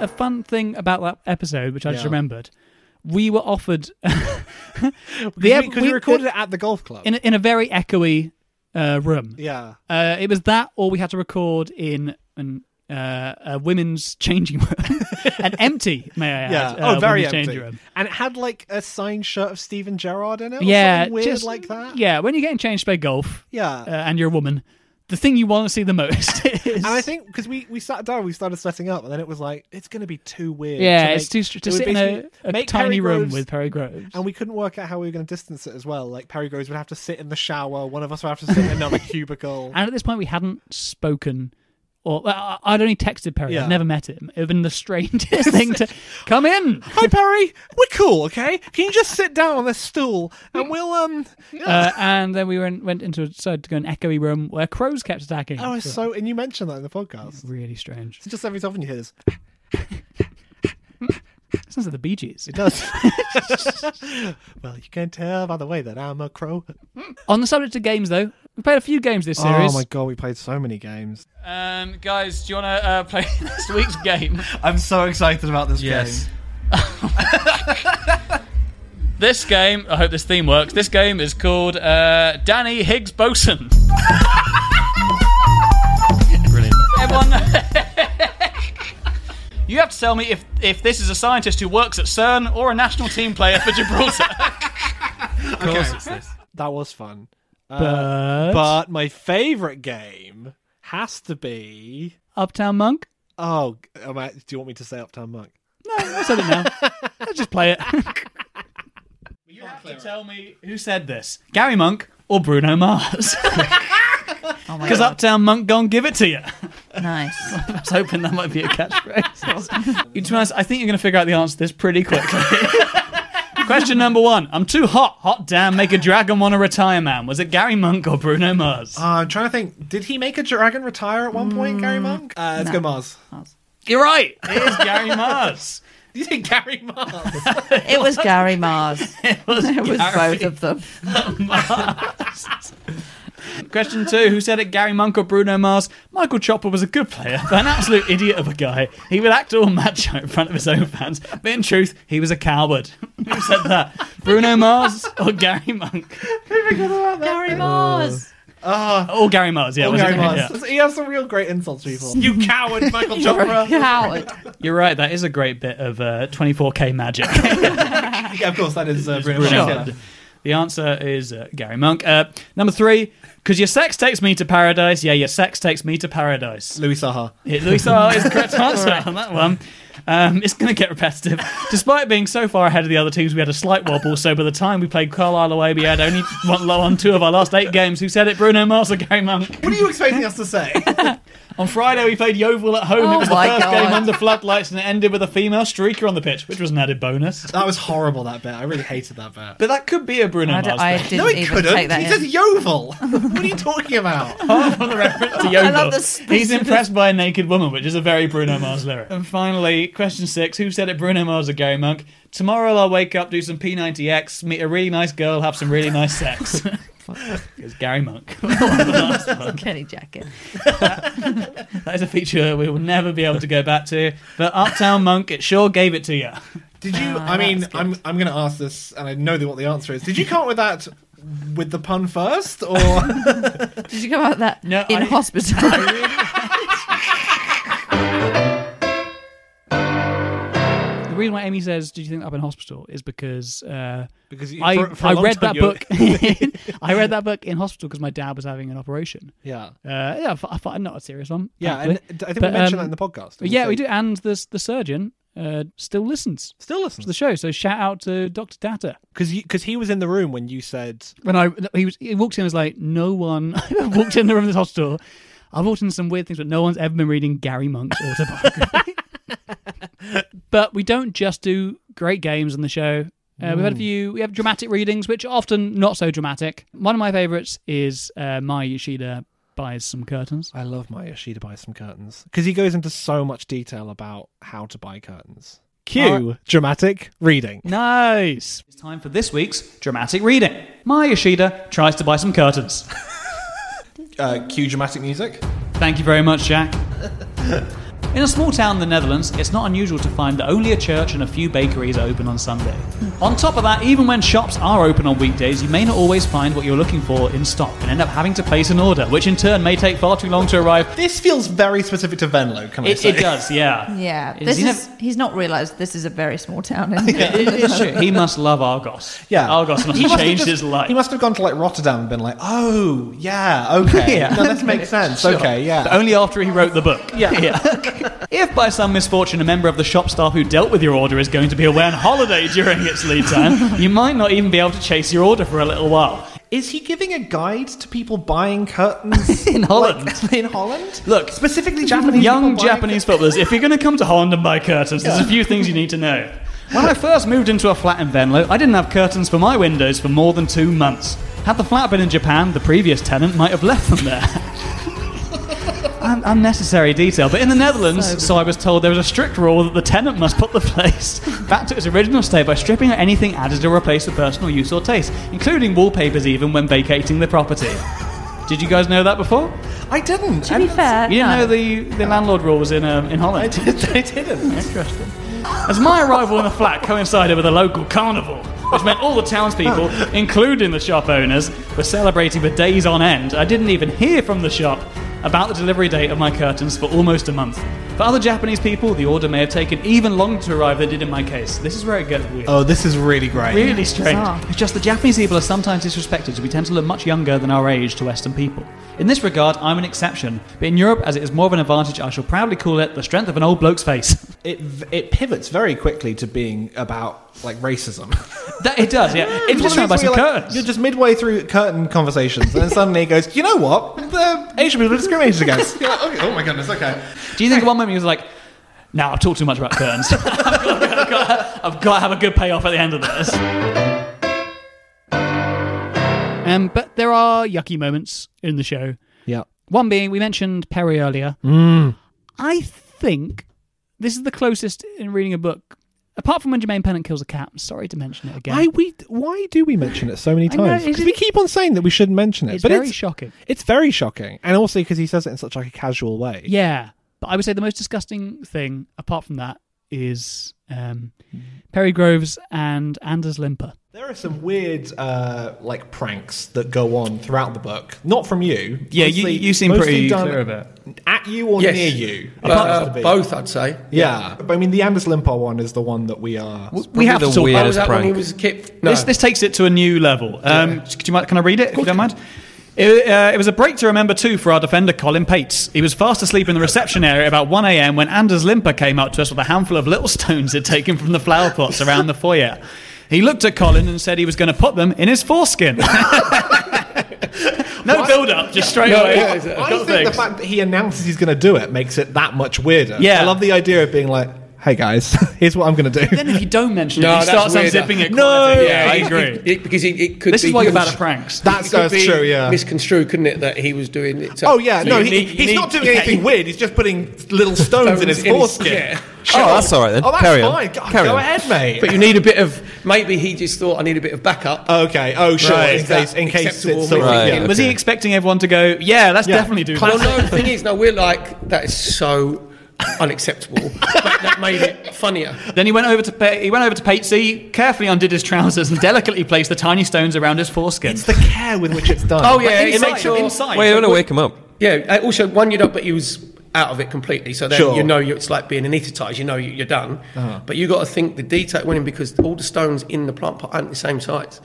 Speaker 1: A fun thing about that episode, which I just
Speaker 2: Yeah.
Speaker 1: remembered, we were offered
Speaker 2: Because we, 'cause we recorded it at the golf club.
Speaker 1: in a, in a very echoey uh, room.
Speaker 2: Yeah.
Speaker 1: Uh, it was that, or we had to record in an, uh, a women's changing room, an empty, may I add?
Speaker 2: Yeah.
Speaker 1: uh,
Speaker 2: oh, very
Speaker 1: women's
Speaker 2: empty.
Speaker 1: changing room.
Speaker 2: And it had like a signed shirt of Steven Gerrard in it. Or
Speaker 1: yeah,
Speaker 2: something weird
Speaker 1: just-
Speaker 2: like that.
Speaker 1: Yeah, when you're getting changed by golf,
Speaker 2: Yeah.
Speaker 1: uh, and you're a woman, the thing you want to see the most is
Speaker 2: And I think because we, we sat down, we started setting up, and then it was like it's going to be too weird.
Speaker 1: Yeah,
Speaker 2: to
Speaker 1: it's
Speaker 2: make-
Speaker 1: too str- to
Speaker 2: it would
Speaker 1: sit in a-
Speaker 2: basically
Speaker 1: a
Speaker 2: make
Speaker 1: tiny
Speaker 2: Perry
Speaker 1: room
Speaker 2: Groves-
Speaker 1: with Perry Groves.
Speaker 2: and we couldn't work out how we were going to distance it as well. Like Perry Groves would have to sit in the shower, one of us would have to sit in another cubicle.
Speaker 1: And at this point, we hadn't spoken, or I- I'd only texted Perry.
Speaker 2: Yeah.
Speaker 1: I'd never met him. It would have been the strangest thing to come in. Hi,
Speaker 2: Perry. We're cool, okay? Can you just sit down on this stool and we'll um?
Speaker 1: Uh, and then we went, went into a side to go an echoey room where crows kept attacking.
Speaker 2: oh, it's so. And you mentioned that in the podcast.
Speaker 1: really strange.
Speaker 2: It's just every time you hear this.
Speaker 1: It sounds like the Bee Gees. It
Speaker 2: does. well, you can tell by the way that I'm a crow.
Speaker 1: On the subject of games, though, we played a few games this series.
Speaker 2: Oh my god, we played so many games.
Speaker 1: Um, guys, do you want to uh, play this week's game?
Speaker 2: I'm so excited about this
Speaker 1: Yes. This game, I hope this theme works. This game is called uh, Danny Higgs Boson. Brilliant. Everyone, you have to tell me if if this is a scientist who works at CERN or a national team player for Gibraltar.
Speaker 2: game.
Speaker 1: Of course it's this.
Speaker 2: That was fun. Uh,
Speaker 1: But-
Speaker 2: but my favorite game has to be
Speaker 1: Uptown Monk.
Speaker 2: Oh, am I- do you want me to say Uptown Monk?
Speaker 1: I said it now. Let's just play it.
Speaker 15: You have to
Speaker 1: tell me who said this. Gary Monk or Bruno Mars? Oh Because Uptown Monk gone give it to you.
Speaker 9: Nice.
Speaker 1: I was hoping that might be a catchphrase. you, to be honest, I think you're going to figure out the answer to this pretty quickly. Question number one. I'm too hot. Hot damn, make a dragon want to retire, man. Was it Gary Monk or Bruno Mars?
Speaker 2: Uh, I'm trying to think. Did he make a dragon retire at one point,
Speaker 9: Mm,
Speaker 2: Gary Monk? Uh, let's go Mars.
Speaker 1: You're right. It is Gary Mars.
Speaker 2: You think Gary Mars?
Speaker 9: It was Gary Mars. it
Speaker 1: was, Gary
Speaker 9: both of them.
Speaker 1: Question two. Who said it, Gary Monk or Bruno Mars? Michael Chopper was a good player, but an absolute idiot of a guy. He would act all macho in front of his own fans, but in truth, he was a coward. Who said that? Bruno Mars or Gary Monk?
Speaker 9: Gary Mars.
Speaker 2: Oh,
Speaker 1: oh Gary Mars. Yeah,
Speaker 2: Oh,
Speaker 1: was it
Speaker 2: Gary
Speaker 1: Gary-
Speaker 2: Mars.
Speaker 1: yeah.
Speaker 2: He has some real great insults, people. You coward, Michael
Speaker 9: You're a
Speaker 2: Chopra.
Speaker 9: coward.
Speaker 1: You're right. That is a great bit of uh, 24k magic.
Speaker 2: yeah, of course, that is uh, Bruno
Speaker 1: Bruno.
Speaker 2: Mars. yeah.
Speaker 1: The answer is uh, Gary Monk. Uh, number three, because your sex takes me to paradise. Yeah, your sex takes me to paradise.
Speaker 2: Louis Saha.
Speaker 1: Yeah, Louis Saha is the correct answer on that one. Um, it's going to get repetitive. Despite being so far ahead of the other teams, we had a slight wobble. So by the time we played Carlisle away, we had only one low on two of our last eight games. Who said it? Bruno Mars or Gary Monk?
Speaker 2: What are you expecting us to say?
Speaker 1: On Friday, we played Yeovil at home.
Speaker 9: Oh
Speaker 1: it was the
Speaker 9: my
Speaker 1: first
Speaker 9: God.
Speaker 1: game under floodlights, and it ended with a female streaker on the pitch, which was an added bonus.
Speaker 2: That was horrible. That bet. I really hated that bet.
Speaker 1: But that could be a Bruno
Speaker 9: I d-
Speaker 1: Mars.
Speaker 9: I
Speaker 1: thing.
Speaker 9: didn't
Speaker 2: no, it
Speaker 9: even
Speaker 2: couldn't.
Speaker 9: take that
Speaker 2: he
Speaker 9: in.
Speaker 2: says Yeovil. what are you talking about?
Speaker 1: on the reference to
Speaker 9: I love
Speaker 1: Yogo.
Speaker 9: the
Speaker 1: He's impressed by a naked woman, which is a very Bruno Mars lyric. And finally, Question six Who said it, Bruno Mars or Gary Monk? Tomorrow I'll wake up, do some P90X, meet a really nice girl, have some really nice sex. It's Gary Monk.
Speaker 9: Kenny jacket.
Speaker 1: That is a feature we will never be able to go back to. But Uptown Monk, it sure gave it to you.
Speaker 2: Did you?
Speaker 9: Oh,
Speaker 2: I mean, I'm I'm going to ask this, and I know what the answer is. Did you come up with that with the pun first, or
Speaker 9: Did you come out that in hospital?
Speaker 1: The reason why Amy says, "Did you think I've been in hospital?" is because uh,
Speaker 2: Because you-
Speaker 1: I
Speaker 2: for- for a
Speaker 1: I
Speaker 2: long
Speaker 1: read
Speaker 2: time
Speaker 1: that
Speaker 2: you were-
Speaker 1: book. I read that book in hospital because my dad was having an operation.
Speaker 2: Yeah.
Speaker 1: uh, yeah, I thought- I thought not a serious one.
Speaker 2: Yeah,
Speaker 1: thankfully.
Speaker 2: and I think we mentioned that in the podcast, didn't we
Speaker 1: Yeah,
Speaker 2: say?
Speaker 1: we do. And the the surgeon uh, still listens,
Speaker 2: still listens
Speaker 1: to the show. So shout out to Doctor Data.
Speaker 2: because because he was in the room when you said
Speaker 1: when I he was he walked in, I was like, no one I walked in the room of this hospital. I've walked in some weird things, but no one's ever been reading Gary Monk's autobiography. but we don't just do great games on the show. Uh, We've had a
Speaker 15: Mm.
Speaker 1: few. We have dramatic readings, which are often not so dramatic. One of my favourites is uh, My Yoshida buys some curtains.
Speaker 2: I love My Yoshida buys some curtains. because he goes into so much detail about how to buy curtains. Cue dramatic reading.
Speaker 1: Nice. It's time for this week's dramatic reading. My Yoshida tries to buy some curtains.
Speaker 2: uh, cue dramatic music.
Speaker 1: Thank you very much, Jack. In a small town in the Netherlands, it's not unusual to find that only a church and a few bakeries are open on Sunday. on top of that, even when shops are open on weekdays, you may not always find what you're looking for in stock and end up having to place an order, which in turn may take far too long to arrive.
Speaker 2: This feels very specific to Venlo, can
Speaker 1: I It-
Speaker 9: say?
Speaker 1: it does, yeah.
Speaker 9: Yeah,
Speaker 1: Is
Speaker 9: this
Speaker 1: he
Speaker 9: is, he's not realised this is a very small town. Isn't
Speaker 1: it is true. He must love Argos.
Speaker 2: Yeah.
Speaker 1: Argos must
Speaker 2: He
Speaker 1: have
Speaker 2: must have
Speaker 1: changed
Speaker 2: just-
Speaker 1: his life.
Speaker 2: He must have gone to like Rotterdam and been like, oh, yeah, okay.
Speaker 1: Yeah.
Speaker 2: No, that makes sense.
Speaker 1: Sure.
Speaker 2: Okay, yeah.
Speaker 1: But only after he wrote the book.
Speaker 2: Yeah.
Speaker 1: if by some misfortune a member of the shop staff who dealt with your order is going to be away on holiday during its lead time, you might not even be able to chase your order for a little while.
Speaker 2: Is he giving a guide to people buying curtains
Speaker 1: in Holland?
Speaker 2: in Holland?
Speaker 1: Look,
Speaker 2: specifically Japanese
Speaker 1: young
Speaker 2: people buying
Speaker 1: Japanese footballers. If you're going to come to Holland and buy curtains, there's a few things you need to know. When I first moved into a flat in Venlo, I didn't have curtains for my windows for more than two months. Had the flat been in Japan, the previous tenant might have left them there. Un- unnecessary detail, but in the Netherlands, so, I was told there was a strict rule that the tenant must put the place back to its original state by stripping out anything added to replace the personal use or taste, including wallpapers, even when vacating the property. Did you guys know that before?
Speaker 2: I didn't.
Speaker 9: To be fair,
Speaker 1: You didn't
Speaker 9: no.
Speaker 1: know the, the landlord rules in um, in Holland. I, did, I didn't. Interesting. As my arrival in the flat coincided with a local carnival, which meant all the townspeople, including the shop owners, were celebrating for days on end. I didn't even hear from the shop about the delivery date of my curtains for almost a month. For other Japanese people, the order may have taken even longer to arrive than it did in my case. This is where it gets weird.
Speaker 2: Oh, this is really great.
Speaker 1: Really strange. It's just the Japanese people are sometimes disrespected as we tend to look much younger than our age to Western people. In this regard, I'm an exception, but in Europe, as it is more of an advantage, I shall proudly call it the strength of an old bloke's face.
Speaker 2: It it pivots very quickly to being about like racism.
Speaker 1: that it does, yeah. It's
Speaker 2: Just
Speaker 1: just about
Speaker 2: means
Speaker 1: some
Speaker 2: you're like-
Speaker 1: curtains.
Speaker 2: You're just midway through curtain conversations, and then suddenly it goes, you know what? The Asian people are discriminated against. You're like, "Okay, oh my goodness, okay.
Speaker 1: Do you think at one moment he was like, no, I've talked too much about curtains. I've, got, I've got- I've got to have a good payoff at the end of this. Um, but there are yucky moments in the show.
Speaker 2: Yeah.
Speaker 1: One being, we mentioned Perry earlier.
Speaker 2: Mm.
Speaker 1: I think this is the closest in reading a book, apart from when Jermaine Pennant kills a cat. I'm sorry to mention it again.
Speaker 2: I we why do we mention it so many
Speaker 1: I know,
Speaker 2: times? Because
Speaker 1: isn't
Speaker 2: we
Speaker 1: it-
Speaker 2: keep on saying that we shouldn't mention it.
Speaker 1: It's
Speaker 2: but
Speaker 1: very
Speaker 2: it's,
Speaker 1: shocking.
Speaker 2: It's very shocking, and also because he says it in such like a casual way.
Speaker 1: Yeah, but I would say the most disgusting thing, apart from that, is um,
Speaker 2: Mm.
Speaker 1: Perry Groves and Anders Limper.
Speaker 2: There are some weird uh, like pranks that go on throughout the book. Not from you.
Speaker 1: Yeah, you- you seem
Speaker 2: mostly
Speaker 1: pretty
Speaker 2: done
Speaker 1: clear of
Speaker 2: it. At you or
Speaker 5: Yes.
Speaker 2: near you?
Speaker 5: Uh, uh, both, I'd say.
Speaker 2: Yeah. but I mean the Anders Limpar one is the one that we are.
Speaker 5: probably have to the talk about. weirdest Oh, is that when
Speaker 2: when
Speaker 5: prank. he was a kid? No.
Speaker 1: This, this takes it to a new level. Um, could you mind- can I read it, if you don't mind? It, uh, it was a break to remember too for our defender Colin Pates. He was fast asleep in the reception area about 1am when Anders Limper came up to us with a handful of little stones he'd taken from the flower pots around the foyer. He looked at Colin and said he was going to put them in his foreskin. no build up, just straight away.
Speaker 2: I
Speaker 1: uh, Got
Speaker 2: think
Speaker 1: things.
Speaker 2: the fact that he announces he's going to do it makes it that much weirder.
Speaker 1: Yeah.
Speaker 2: I love the idea of being like, hey guys, here's what I'm going to do.
Speaker 1: Then if you don't mention
Speaker 2: No,
Speaker 1: it, he
Speaker 2: that's
Speaker 1: starts
Speaker 2: weirder.
Speaker 1: unzipping it.
Speaker 2: No!
Speaker 1: quietly.
Speaker 2: Yeah, I agree.
Speaker 5: It, it- because it, it could
Speaker 1: This
Speaker 5: be
Speaker 1: is why you're
Speaker 5: cons-
Speaker 1: bad at pranks.
Speaker 5: it
Speaker 1: That's-
Speaker 5: could
Speaker 2: that's
Speaker 5: be
Speaker 2: true, yeah.
Speaker 5: Misconstrued, couldn't it, that he was doing it?
Speaker 2: Oh yeah, no, he,
Speaker 5: Unique-
Speaker 2: he's not doing
Speaker 5: unique-
Speaker 2: anything weird. He's just putting little stones, in his foreskin.
Speaker 5: yeah.
Speaker 2: Sure.
Speaker 5: Oh,
Speaker 4: that's all right then.
Speaker 2: Oh, that's
Speaker 4: Carry on.
Speaker 2: fine. God,
Speaker 4: Carry
Speaker 2: go
Speaker 4: on.
Speaker 2: ahead, mate.
Speaker 5: But you need a bit of. Maybe he just thought I need a bit of backup.
Speaker 2: Okay. Oh, sure. In case- in case it's sort of- Right, yeah.
Speaker 1: Was he
Speaker 2: okay.
Speaker 1: expecting everyone to go? Yeah, let's
Speaker 5: Yeah.
Speaker 1: definitely do
Speaker 5: Well,
Speaker 1: that.
Speaker 5: no, the thing is, no, we're like that is so unacceptable. that, that made it funnier.
Speaker 1: Then he went over to pa- he went over to Patesy, carefully undid his trousers, and delicately placed the tiny stones around his foreskin. It's the
Speaker 2: care with which it's done.
Speaker 5: Oh yeah, it makes sure.
Speaker 1: inside.
Speaker 4: him up.
Speaker 5: Yeah. uh, Also, one, you don't, but you was out of it completely. So then
Speaker 4: Sure.
Speaker 5: you know you it's like being anaesthetized. You know you- you're done.
Speaker 4: Uh-huh.
Speaker 5: But you got to think the detail went in because all the stones in the plant pot aren't the same size.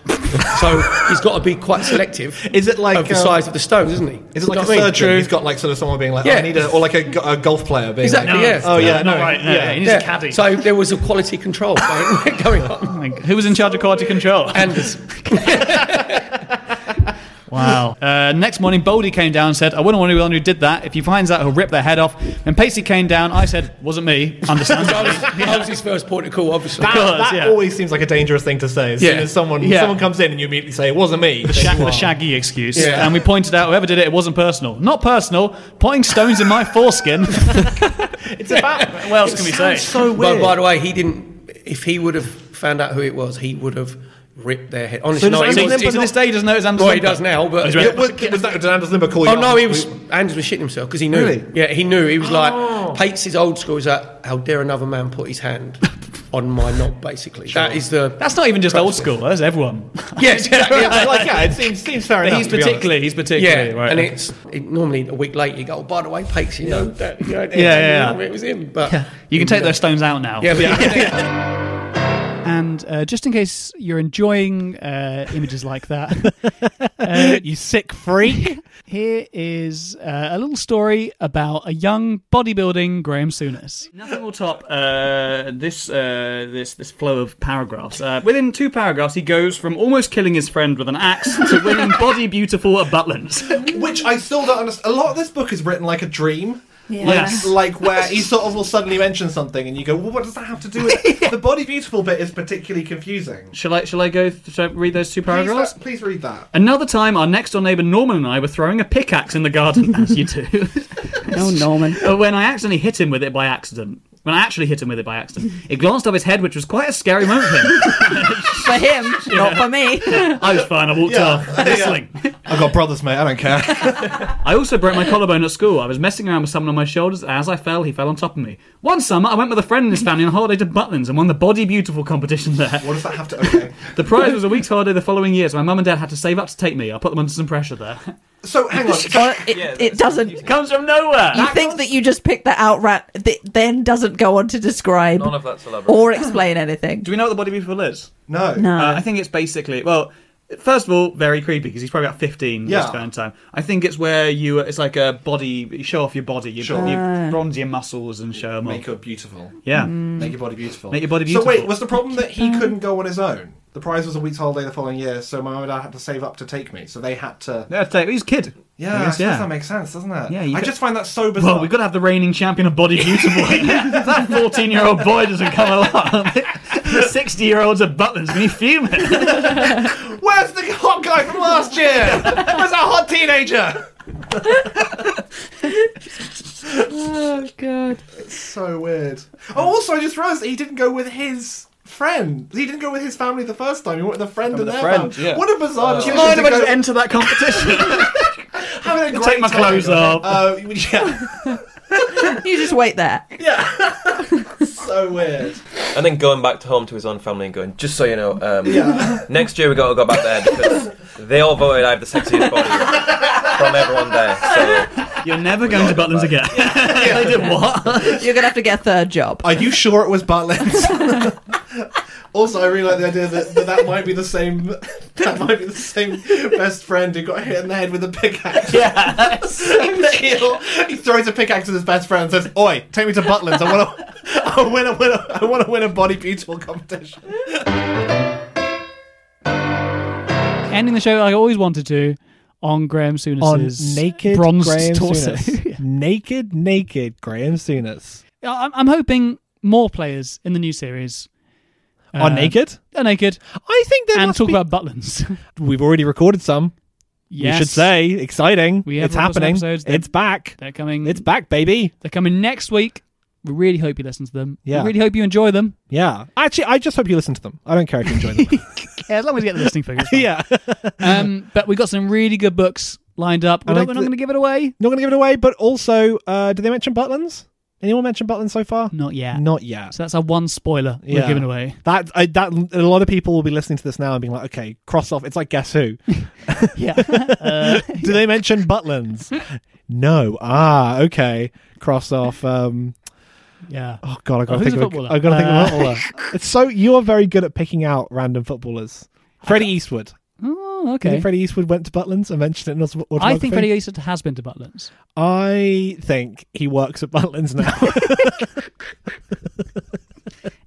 Speaker 5: so he's got to be quite selective.
Speaker 2: Is it like
Speaker 5: of the
Speaker 2: um,
Speaker 5: size of the stones? Isn't he?
Speaker 2: Is it like a
Speaker 5: You know what I mean?
Speaker 2: surgeon? He's got like sort of someone being like, oh,
Speaker 5: Yeah.
Speaker 2: I need a, or like a, go- a golf player being
Speaker 5: Exactly.
Speaker 2: like,
Speaker 5: yeah.
Speaker 2: oh yeah, no, yeah.
Speaker 5: Yeah. So there was a quality control going going on.
Speaker 1: Oh Who was in charge of quality control?
Speaker 5: Anders.
Speaker 1: Wow. Uh, next morning, Boldy came down and said, I wouldn't want anyone who did that. If he finds out, he'll rip their head off. And Pacey came down. I said, wasn't me. Understand?
Speaker 5: That was, that was his first point of call, obviously.
Speaker 2: That, that always seems like a dangerous thing to say. As
Speaker 1: Yeah.
Speaker 2: soon as someone
Speaker 1: Yeah.
Speaker 2: someone comes in and you immediately say, "It wasn't me,"
Speaker 1: the,
Speaker 2: then
Speaker 1: shag-
Speaker 2: you
Speaker 1: the
Speaker 2: are.
Speaker 1: shaggy excuse.
Speaker 2: Yeah.
Speaker 1: And we pointed out whoever did it, it wasn't personal. Not personal. Putting stones in my foreskin.
Speaker 2: it's about.
Speaker 1: What else can we say?
Speaker 5: But by the way, he didn't. If he would have found out who it was, he would have ripped their head. Honestly,
Speaker 1: So
Speaker 5: no,
Speaker 1: does
Speaker 5: he
Speaker 1: Anders
Speaker 5: was-
Speaker 1: Limber
Speaker 5: he's-
Speaker 1: to this day, he doesn't know it's Anders
Speaker 5: Well, he
Speaker 1: Limber.
Speaker 5: does now, but
Speaker 1: He's right.
Speaker 5: Yeah, well,
Speaker 2: was that, did Anders Limber call you?
Speaker 5: Oh no,
Speaker 2: up?
Speaker 5: he was Anders was shitting himself because he knew.
Speaker 2: Really?
Speaker 5: Yeah, he knew. He
Speaker 2: Oh.
Speaker 5: was like Pates is old school. Is that how dare another man put his hand on my knob? Basically, that is the.
Speaker 1: That's not even just old school. That's everyone.
Speaker 5: Yes, exactly.
Speaker 1: Right.
Speaker 2: like yeah, it seems seems fair
Speaker 1: But
Speaker 2: enough.
Speaker 1: he's
Speaker 2: to be honest.
Speaker 1: particularly- he's particularly-
Speaker 5: yeah,
Speaker 1: right,
Speaker 5: and
Speaker 1: okay.
Speaker 5: it's it, normally a week later you go. Oh, by the way, Pates, you know that, you know,
Speaker 1: Yeah, yeah, yeah.
Speaker 5: it was him. But
Speaker 1: You can take those stones out now.
Speaker 5: yeah, but
Speaker 15: And uh, just in case you're enjoying uh, images like that, uh,
Speaker 1: You sick freak.
Speaker 15: here is uh, a little story about a young bodybuilding Graham Souness.
Speaker 1: Nothing will top uh, this uh, this this flow of paragraphs. Uh, within two paragraphs, he goes from almost killing his friend with an axe to winning body beautiful at Butlins.
Speaker 2: Which I still don't understand. A lot of this book is written like a dream.
Speaker 1: Yeah.
Speaker 2: Like,
Speaker 1: Yes.
Speaker 2: like where he sort of will suddenly mention something, and you go, "Well, what does that have to do with it?" The body beautiful bit is particularly confusing.
Speaker 1: Shall I shall I go th- shall I read those two
Speaker 2: Please,
Speaker 1: paragraphs?
Speaker 2: let- please read that.
Speaker 1: Another time, our next door neighbour Norman and I were throwing a pickaxe in the garden, as you do. no, Norman. When I accidentally hit him with it by accident. When I actually hit him with it by accident, it glanced up his head, which was quite a scary moment for him.
Speaker 9: for him, not for me.
Speaker 1: I was fine. I walked off, whistling.
Speaker 2: I've got brothers, mate. I don't care.
Speaker 1: I also broke my collarbone at school. I was messing around with someone on my shoulders, and as I fell, he fell on top of me. One summer, I went with a friend and his family on holiday to Butlins and won the Body Beautiful competition there. What
Speaker 2: does that have to? Okay.
Speaker 1: The prize was a week's holiday the following year, so my mum and dad had to save up to take me. I put them under some pressure there.
Speaker 2: So hang on.
Speaker 9: it, it doesn't.
Speaker 1: comes from nowhere.
Speaker 9: You think that you just picked that out, rat, that then doesn't go on to describe
Speaker 1: None of that's elaborate.
Speaker 9: or explain anything.
Speaker 1: Do we know what the Body Beautiful is?
Speaker 2: No.
Speaker 9: No.
Speaker 1: Uh, I think it's basically well. First of all, very creepy because he's probably about fifteen
Speaker 2: Yeah.
Speaker 1: this kind of time. I think it's where you uh, it's like a body you show off your body, you,
Speaker 2: Sure.
Speaker 1: you
Speaker 2: Ah.
Speaker 1: bronze your muscles and show them
Speaker 2: Make
Speaker 1: off.
Speaker 2: her beautiful.
Speaker 1: Yeah. Mm.
Speaker 2: Make your body beautiful.
Speaker 1: Make your body
Speaker 2: So wait,
Speaker 1: beautiful.
Speaker 2: was the problem that he couldn't go on his own? The prize was a week's holiday the following year, so my mum and dad had to save up to take me. So they had to.
Speaker 1: Yeah, take, he's a kid.
Speaker 2: Yeah, I
Speaker 1: guess,
Speaker 2: suppose that makes sense, doesn't it?
Speaker 1: Yeah,
Speaker 2: I
Speaker 1: you got-
Speaker 2: just find that so bizarre.
Speaker 1: Well, we've got to have the reigning champion of Body Beautiful. that 14 year old boy doesn't come along. the 60 year olds at Butlins when he fuming.
Speaker 2: Where's the hot guy from last year? Where's that hot teenager?
Speaker 9: oh god,
Speaker 2: it's so weird. Oh, also, I just realised that he didn't go with his friend. He didn't go with his family the first time. He went with a friend and
Speaker 1: with a
Speaker 2: their
Speaker 1: friend,
Speaker 2: family.
Speaker 1: yeah.
Speaker 2: What a bizarre
Speaker 1: Uh, Do you
Speaker 2: decision
Speaker 1: mind
Speaker 2: to
Speaker 1: if I just
Speaker 2: go-
Speaker 1: enter that competition?
Speaker 2: Having a
Speaker 1: Take
Speaker 2: great
Speaker 1: my
Speaker 2: time.
Speaker 1: clothes off.
Speaker 2: Uh, yeah,
Speaker 9: you just wait there.
Speaker 2: so weird.
Speaker 4: And then going back to home to his own family and going, just so you know, um, next year we got to go back there because they all voted I have the sexiest body from everyone there. So
Speaker 1: You're never going to Butlins again. they did what?
Speaker 9: You're gonna have to get a third job.
Speaker 2: Are you sure it was Butlins? also, I really like the idea that, that that might be the same. That might be the same best friend who got hit in the head with a pickaxe. Yeah, He throws a pickaxe at his best friend and says, "Oi, take me to Butlins. I want to. I want to win. A, I want to win a body beautiful competition."
Speaker 15: Ending the show like I always wanted to on Graham Souness's bronze torso.
Speaker 2: naked, naked Graham Souness.
Speaker 15: Yeah, I'm, I'm hoping
Speaker 1: more players in the new series.
Speaker 2: Are naked?
Speaker 1: Are naked.
Speaker 2: I think there
Speaker 1: And
Speaker 2: must
Speaker 1: talk
Speaker 2: be-
Speaker 1: about Butlins.
Speaker 2: We've already recorded some.
Speaker 1: Yes.
Speaker 2: We should say exciting.
Speaker 1: We have
Speaker 2: it's
Speaker 1: lots of
Speaker 2: happening.
Speaker 1: episodes. They're-
Speaker 2: It's back.
Speaker 1: They're coming.
Speaker 2: It's back, baby.
Speaker 1: They're coming next week. We really hope you listen to them.
Speaker 2: Yeah.
Speaker 1: We really hope you enjoy them.
Speaker 2: Yeah. Actually, I just hope you listen to them. I don't care if you enjoy them.
Speaker 1: Yeah, as long as you get the listening figures.
Speaker 2: yeah.
Speaker 1: um, but we got some really good books lined up. We
Speaker 2: And
Speaker 1: don't,
Speaker 2: I-
Speaker 1: we're not going to give it away.
Speaker 2: Not going to give it away, but also, uh, did they mention Butlins? Anyone mention Butlins so far?
Speaker 1: Not yet.
Speaker 2: Not yet.
Speaker 1: So that's our one spoiler
Speaker 2: Yeah.
Speaker 1: we're giving away.
Speaker 2: That I, that a lot of people will be listening to this now and being like, okay, cross off. It's like Guess Who.
Speaker 1: yeah.
Speaker 2: Do they mention Butlins? no. Ah, okay. Cross off. Um,
Speaker 1: Yeah.
Speaker 2: Oh god, I
Speaker 1: Oh,
Speaker 2: gotta
Speaker 1: who's
Speaker 2: think
Speaker 1: a
Speaker 2: of
Speaker 1: footballer?
Speaker 2: a, I gotta think
Speaker 1: Uh,
Speaker 2: of a footballer. it's so you are very good at picking out random footballers. Freddie Eastwood.
Speaker 1: Oh,
Speaker 2: You
Speaker 1: okay.
Speaker 2: think Freddie Eastwood went to Butlins and mentioned it in his
Speaker 1: I think
Speaker 2: autobiography?
Speaker 1: Freddie Eastwood has been to Butlins.
Speaker 2: I think he works at Butlins now.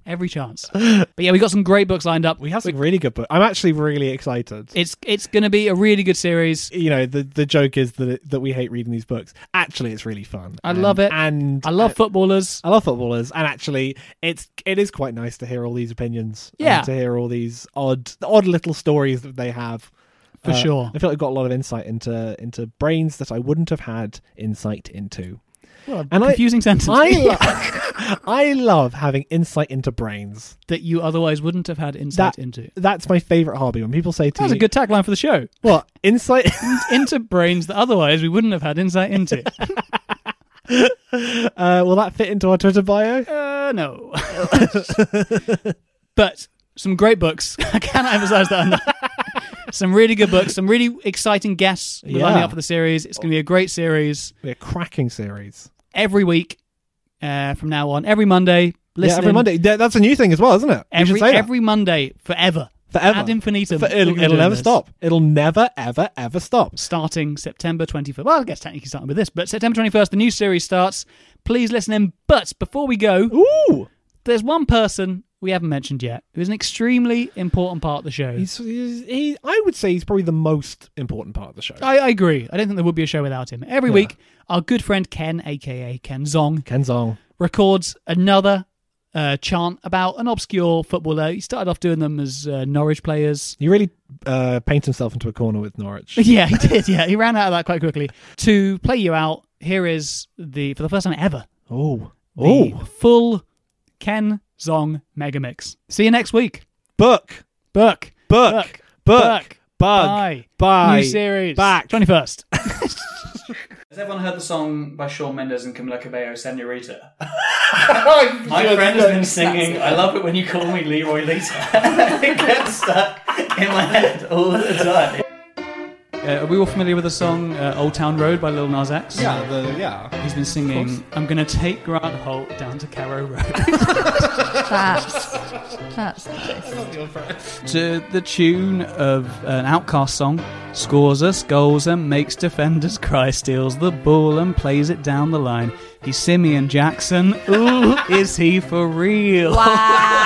Speaker 1: Every chance. But yeah, we got some great books lined up.
Speaker 2: We have some really good books. I'm actually really excited.
Speaker 1: It's it's going to be a really good series.
Speaker 2: You know, the the joke is that it, that we hate reading these books. Actually, it's really fun. Um,
Speaker 1: I love it.
Speaker 2: And
Speaker 1: I love footballers.
Speaker 2: I love footballers, and actually, it's it is quite nice to hear all these opinions. and
Speaker 1: Yeah.
Speaker 2: to hear all these odd odd little stories that they have. Uh,
Speaker 1: For sure.
Speaker 2: I feel like I've got a lot of insight into into brains that I wouldn't have had insight into.
Speaker 1: Well, a
Speaker 2: And I-
Speaker 1: confusing sentence.
Speaker 2: I, lo- I love having insight into brains.
Speaker 1: that you otherwise wouldn't have had insight
Speaker 2: That
Speaker 1: into.
Speaker 2: that's my favorite hobby. When people say to
Speaker 1: That's a
Speaker 2: me,
Speaker 1: good tagline for the show.
Speaker 2: "What insight?"
Speaker 1: into brains that otherwise we wouldn't have had insight into.
Speaker 2: uh, will that fit into our Twitter bio?
Speaker 1: Uh, no. but some great books. I cannot emphasize that enough. some really good books, some really exciting guests we're lining
Speaker 2: Yeah.
Speaker 1: up for the series. It's going to be a great series
Speaker 2: We're a cracking series.
Speaker 1: every week uh, from now on, every Monday. Listen
Speaker 2: Yeah, every
Speaker 1: in.
Speaker 2: Monday. That- That's a new thing as well, isn't it? You should
Speaker 1: Every,
Speaker 2: say that.
Speaker 1: every Monday, forever.
Speaker 2: Forever.
Speaker 1: Ad infinitum.
Speaker 2: For-
Speaker 1: we're
Speaker 2: it'll
Speaker 1: gonna be
Speaker 2: it'll
Speaker 1: doing
Speaker 2: never
Speaker 1: this.
Speaker 2: stop. It'll never, ever, ever stop.
Speaker 1: Starting September 21st. Well, I guess technically starting with this, but September 21st, the new series starts. Please listen in. But before we go,
Speaker 2: Ooh,
Speaker 1: there's one person we haven't mentioned yet who is an extremely important part of the show.
Speaker 2: He's, he's, he, I would say he's probably the most important part of the show.
Speaker 1: I, I agree. I don't think there would be a show without him. Every
Speaker 2: Yeah.
Speaker 1: week, our good friend Ken, aka Ken Zong,
Speaker 2: Ken Zong.
Speaker 1: records another uh, chant about an obscure footballer. He started off doing them as uh, Norwich players.
Speaker 2: He really uh, paints himself into a corner with Norwich.
Speaker 1: Yeah, he did. Yeah, he ran out of that quite quickly. To play you out, here is the for the first time ever
Speaker 2: Oh,
Speaker 1: the
Speaker 2: oh,
Speaker 1: full Ken Zong mega mix. See you next week.
Speaker 2: book,
Speaker 1: Book.
Speaker 2: book, book,
Speaker 1: Book.
Speaker 2: bug,
Speaker 1: Bye.
Speaker 2: bye.
Speaker 1: New series.
Speaker 2: Back.
Speaker 1: Twenty first.
Speaker 16: Has everyone heard the song by Shawn Mendes and Camila Cabello, Senorita? My
Speaker 17: My
Speaker 16: friend's been singing, I love it when you call me Leroy Lita. it gets stuck in my head all the time.
Speaker 1: Uh, are we all familiar with the song uh, "Old Town Road" by Lil Nas X?
Speaker 2: Yeah, the, yeah.
Speaker 1: He's been singing, "I'm gonna take Grant Holt down to Carrow Road."
Speaker 9: That's that's the gist.
Speaker 1: to the tune of an outcast song. Scores us, goals, and makes defenders cry. Steals the ball and plays it down the line. He's Simeon Jackson. Ooh, is he for real?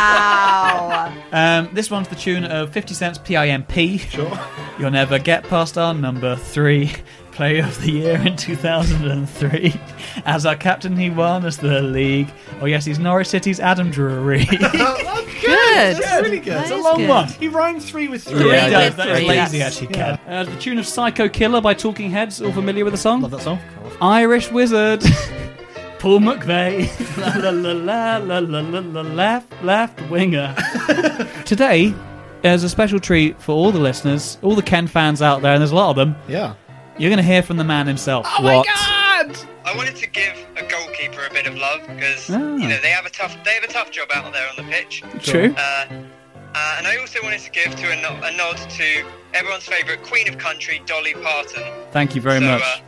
Speaker 9: Wow.
Speaker 1: Um, this one's the tune of 50 Cent's PIMP. Sure. You'll never get past our number three. Player of the year in 2003. As our captain, he won us the league. Oh, yes, he's Norwich City's Adam Drury.
Speaker 9: Good.
Speaker 2: That's really good.
Speaker 9: That
Speaker 2: It's a
Speaker 9: is
Speaker 2: long
Speaker 9: good.
Speaker 2: one. He rhymes three with three.
Speaker 1: Yeah,
Speaker 9: Yeah,
Speaker 1: that, that is
Speaker 9: three,
Speaker 1: lazy,
Speaker 9: that's-
Speaker 1: actually, Kev. Uh, the tune of Psycho Killer by Talking Heads, all familiar with the song?
Speaker 2: Love that song.
Speaker 1: Irish Wizard. Paul McVeigh. la, la, la, la, la, la, la, la, left, left winger. Today, there's a special treat for all the listeners, all the Ken fans out there, and there's a lot of them.
Speaker 2: Yeah.
Speaker 1: You're going to hear from the man himself.
Speaker 18: Oh my god! I wanted to give a goalkeeper a bit of love because
Speaker 1: Ah.
Speaker 18: you know they have a tough they have a tough job out there on the pitch.
Speaker 1: True.
Speaker 18: Uh, uh, and I also wanted to give to a, no- a nod to everyone's favourite Queen of Country, Dolly Parton.
Speaker 1: Thank you very
Speaker 18: So,
Speaker 1: much.
Speaker 18: Uh,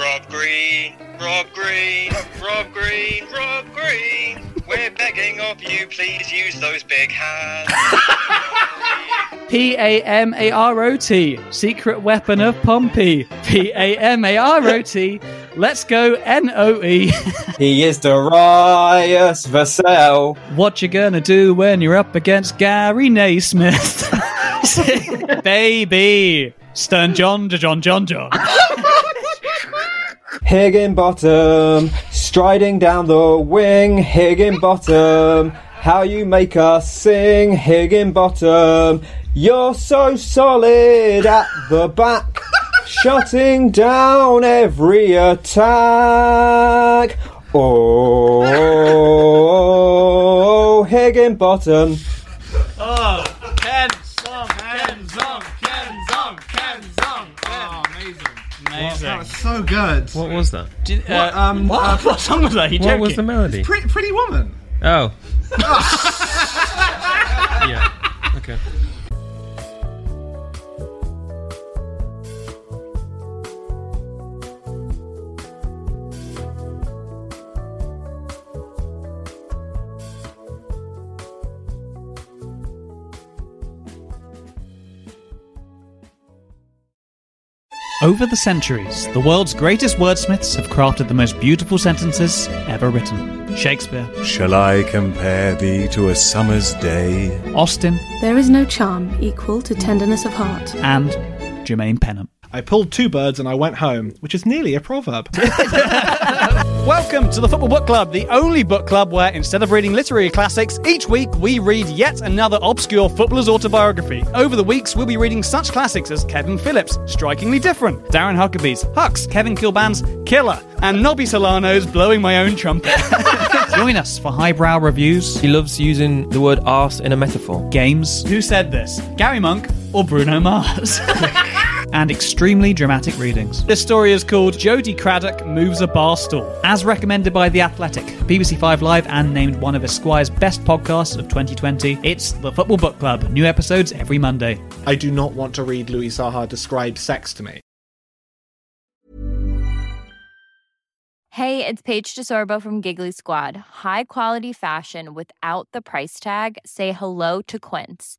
Speaker 18: Rob Green, Rob Green, Rob Green, Rob Green. We're begging of you, please use those big hands.
Speaker 1: P A M A R O T, secret weapon of Pompey. P A M A R O T, let's go N O E.
Speaker 6: He is Darius Vassell.
Speaker 1: What you gonna do when you're up against Gary Naismith? Baby, Stern John to John John John.
Speaker 6: Higginbottom, striding down the wing, Higginbottom, how you make us sing, Higginbottom, you're so solid at the back, shutting down every attack. Oh, Higginbottom.
Speaker 1: Oh, Ken Song, Ken Song, Ken Song, Ken Song. Oh, amazing. Amazing.
Speaker 14: That was so good.
Speaker 4: What was that?
Speaker 1: Did, uh,
Speaker 14: What, um,
Speaker 1: what?
Speaker 14: uh,
Speaker 1: what song was that? Are you
Speaker 4: What was the
Speaker 1: joking?
Speaker 4: melody?
Speaker 14: Pretty, pretty Woman.
Speaker 4: Oh. yeah. Okay.
Speaker 1: Over the centuries, the world's greatest wordsmiths have crafted the most beautiful sentences ever written. Shakespeare,
Speaker 19: Shall I compare thee to a summer's day?
Speaker 1: Austin,
Speaker 20: There is no charm equal to tenderness of heart.
Speaker 1: and Jermaine Pennant.
Speaker 2: I pulled two birds and I went home, which is nearly a proverb.
Speaker 1: Welcome to the Football Book Club, the only book club where instead of reading literary classics, each week we read yet another obscure footballer's autobiography. Over the weeks, we'll be reading such classics as Kevin Phillips, Strikingly Different, Darren Huckabee's Hux, Kevin Kilban's Killer, and Nobby Solano's Blowing My Own Trumpet. Join us for highbrow reviews.
Speaker 4: He loves using the word arse in a metaphor.
Speaker 1: Games. Who said this? Gary Monk or Bruno Mars? and extremely dramatic readings. This story is called Jodie Craddock Moves a Bar Stool, as recommended by The Athletic, BBC Five Live, and named one of Esquire's best podcasts of 2020. It's The Football Book Club, new episodes every Monday.
Speaker 2: I do not want to read Louis Saha describe sex to me.
Speaker 21: Hey, it's Paige DeSorbo from Giggly Squad. High quality fashion without the price tag. Say hello to Quince.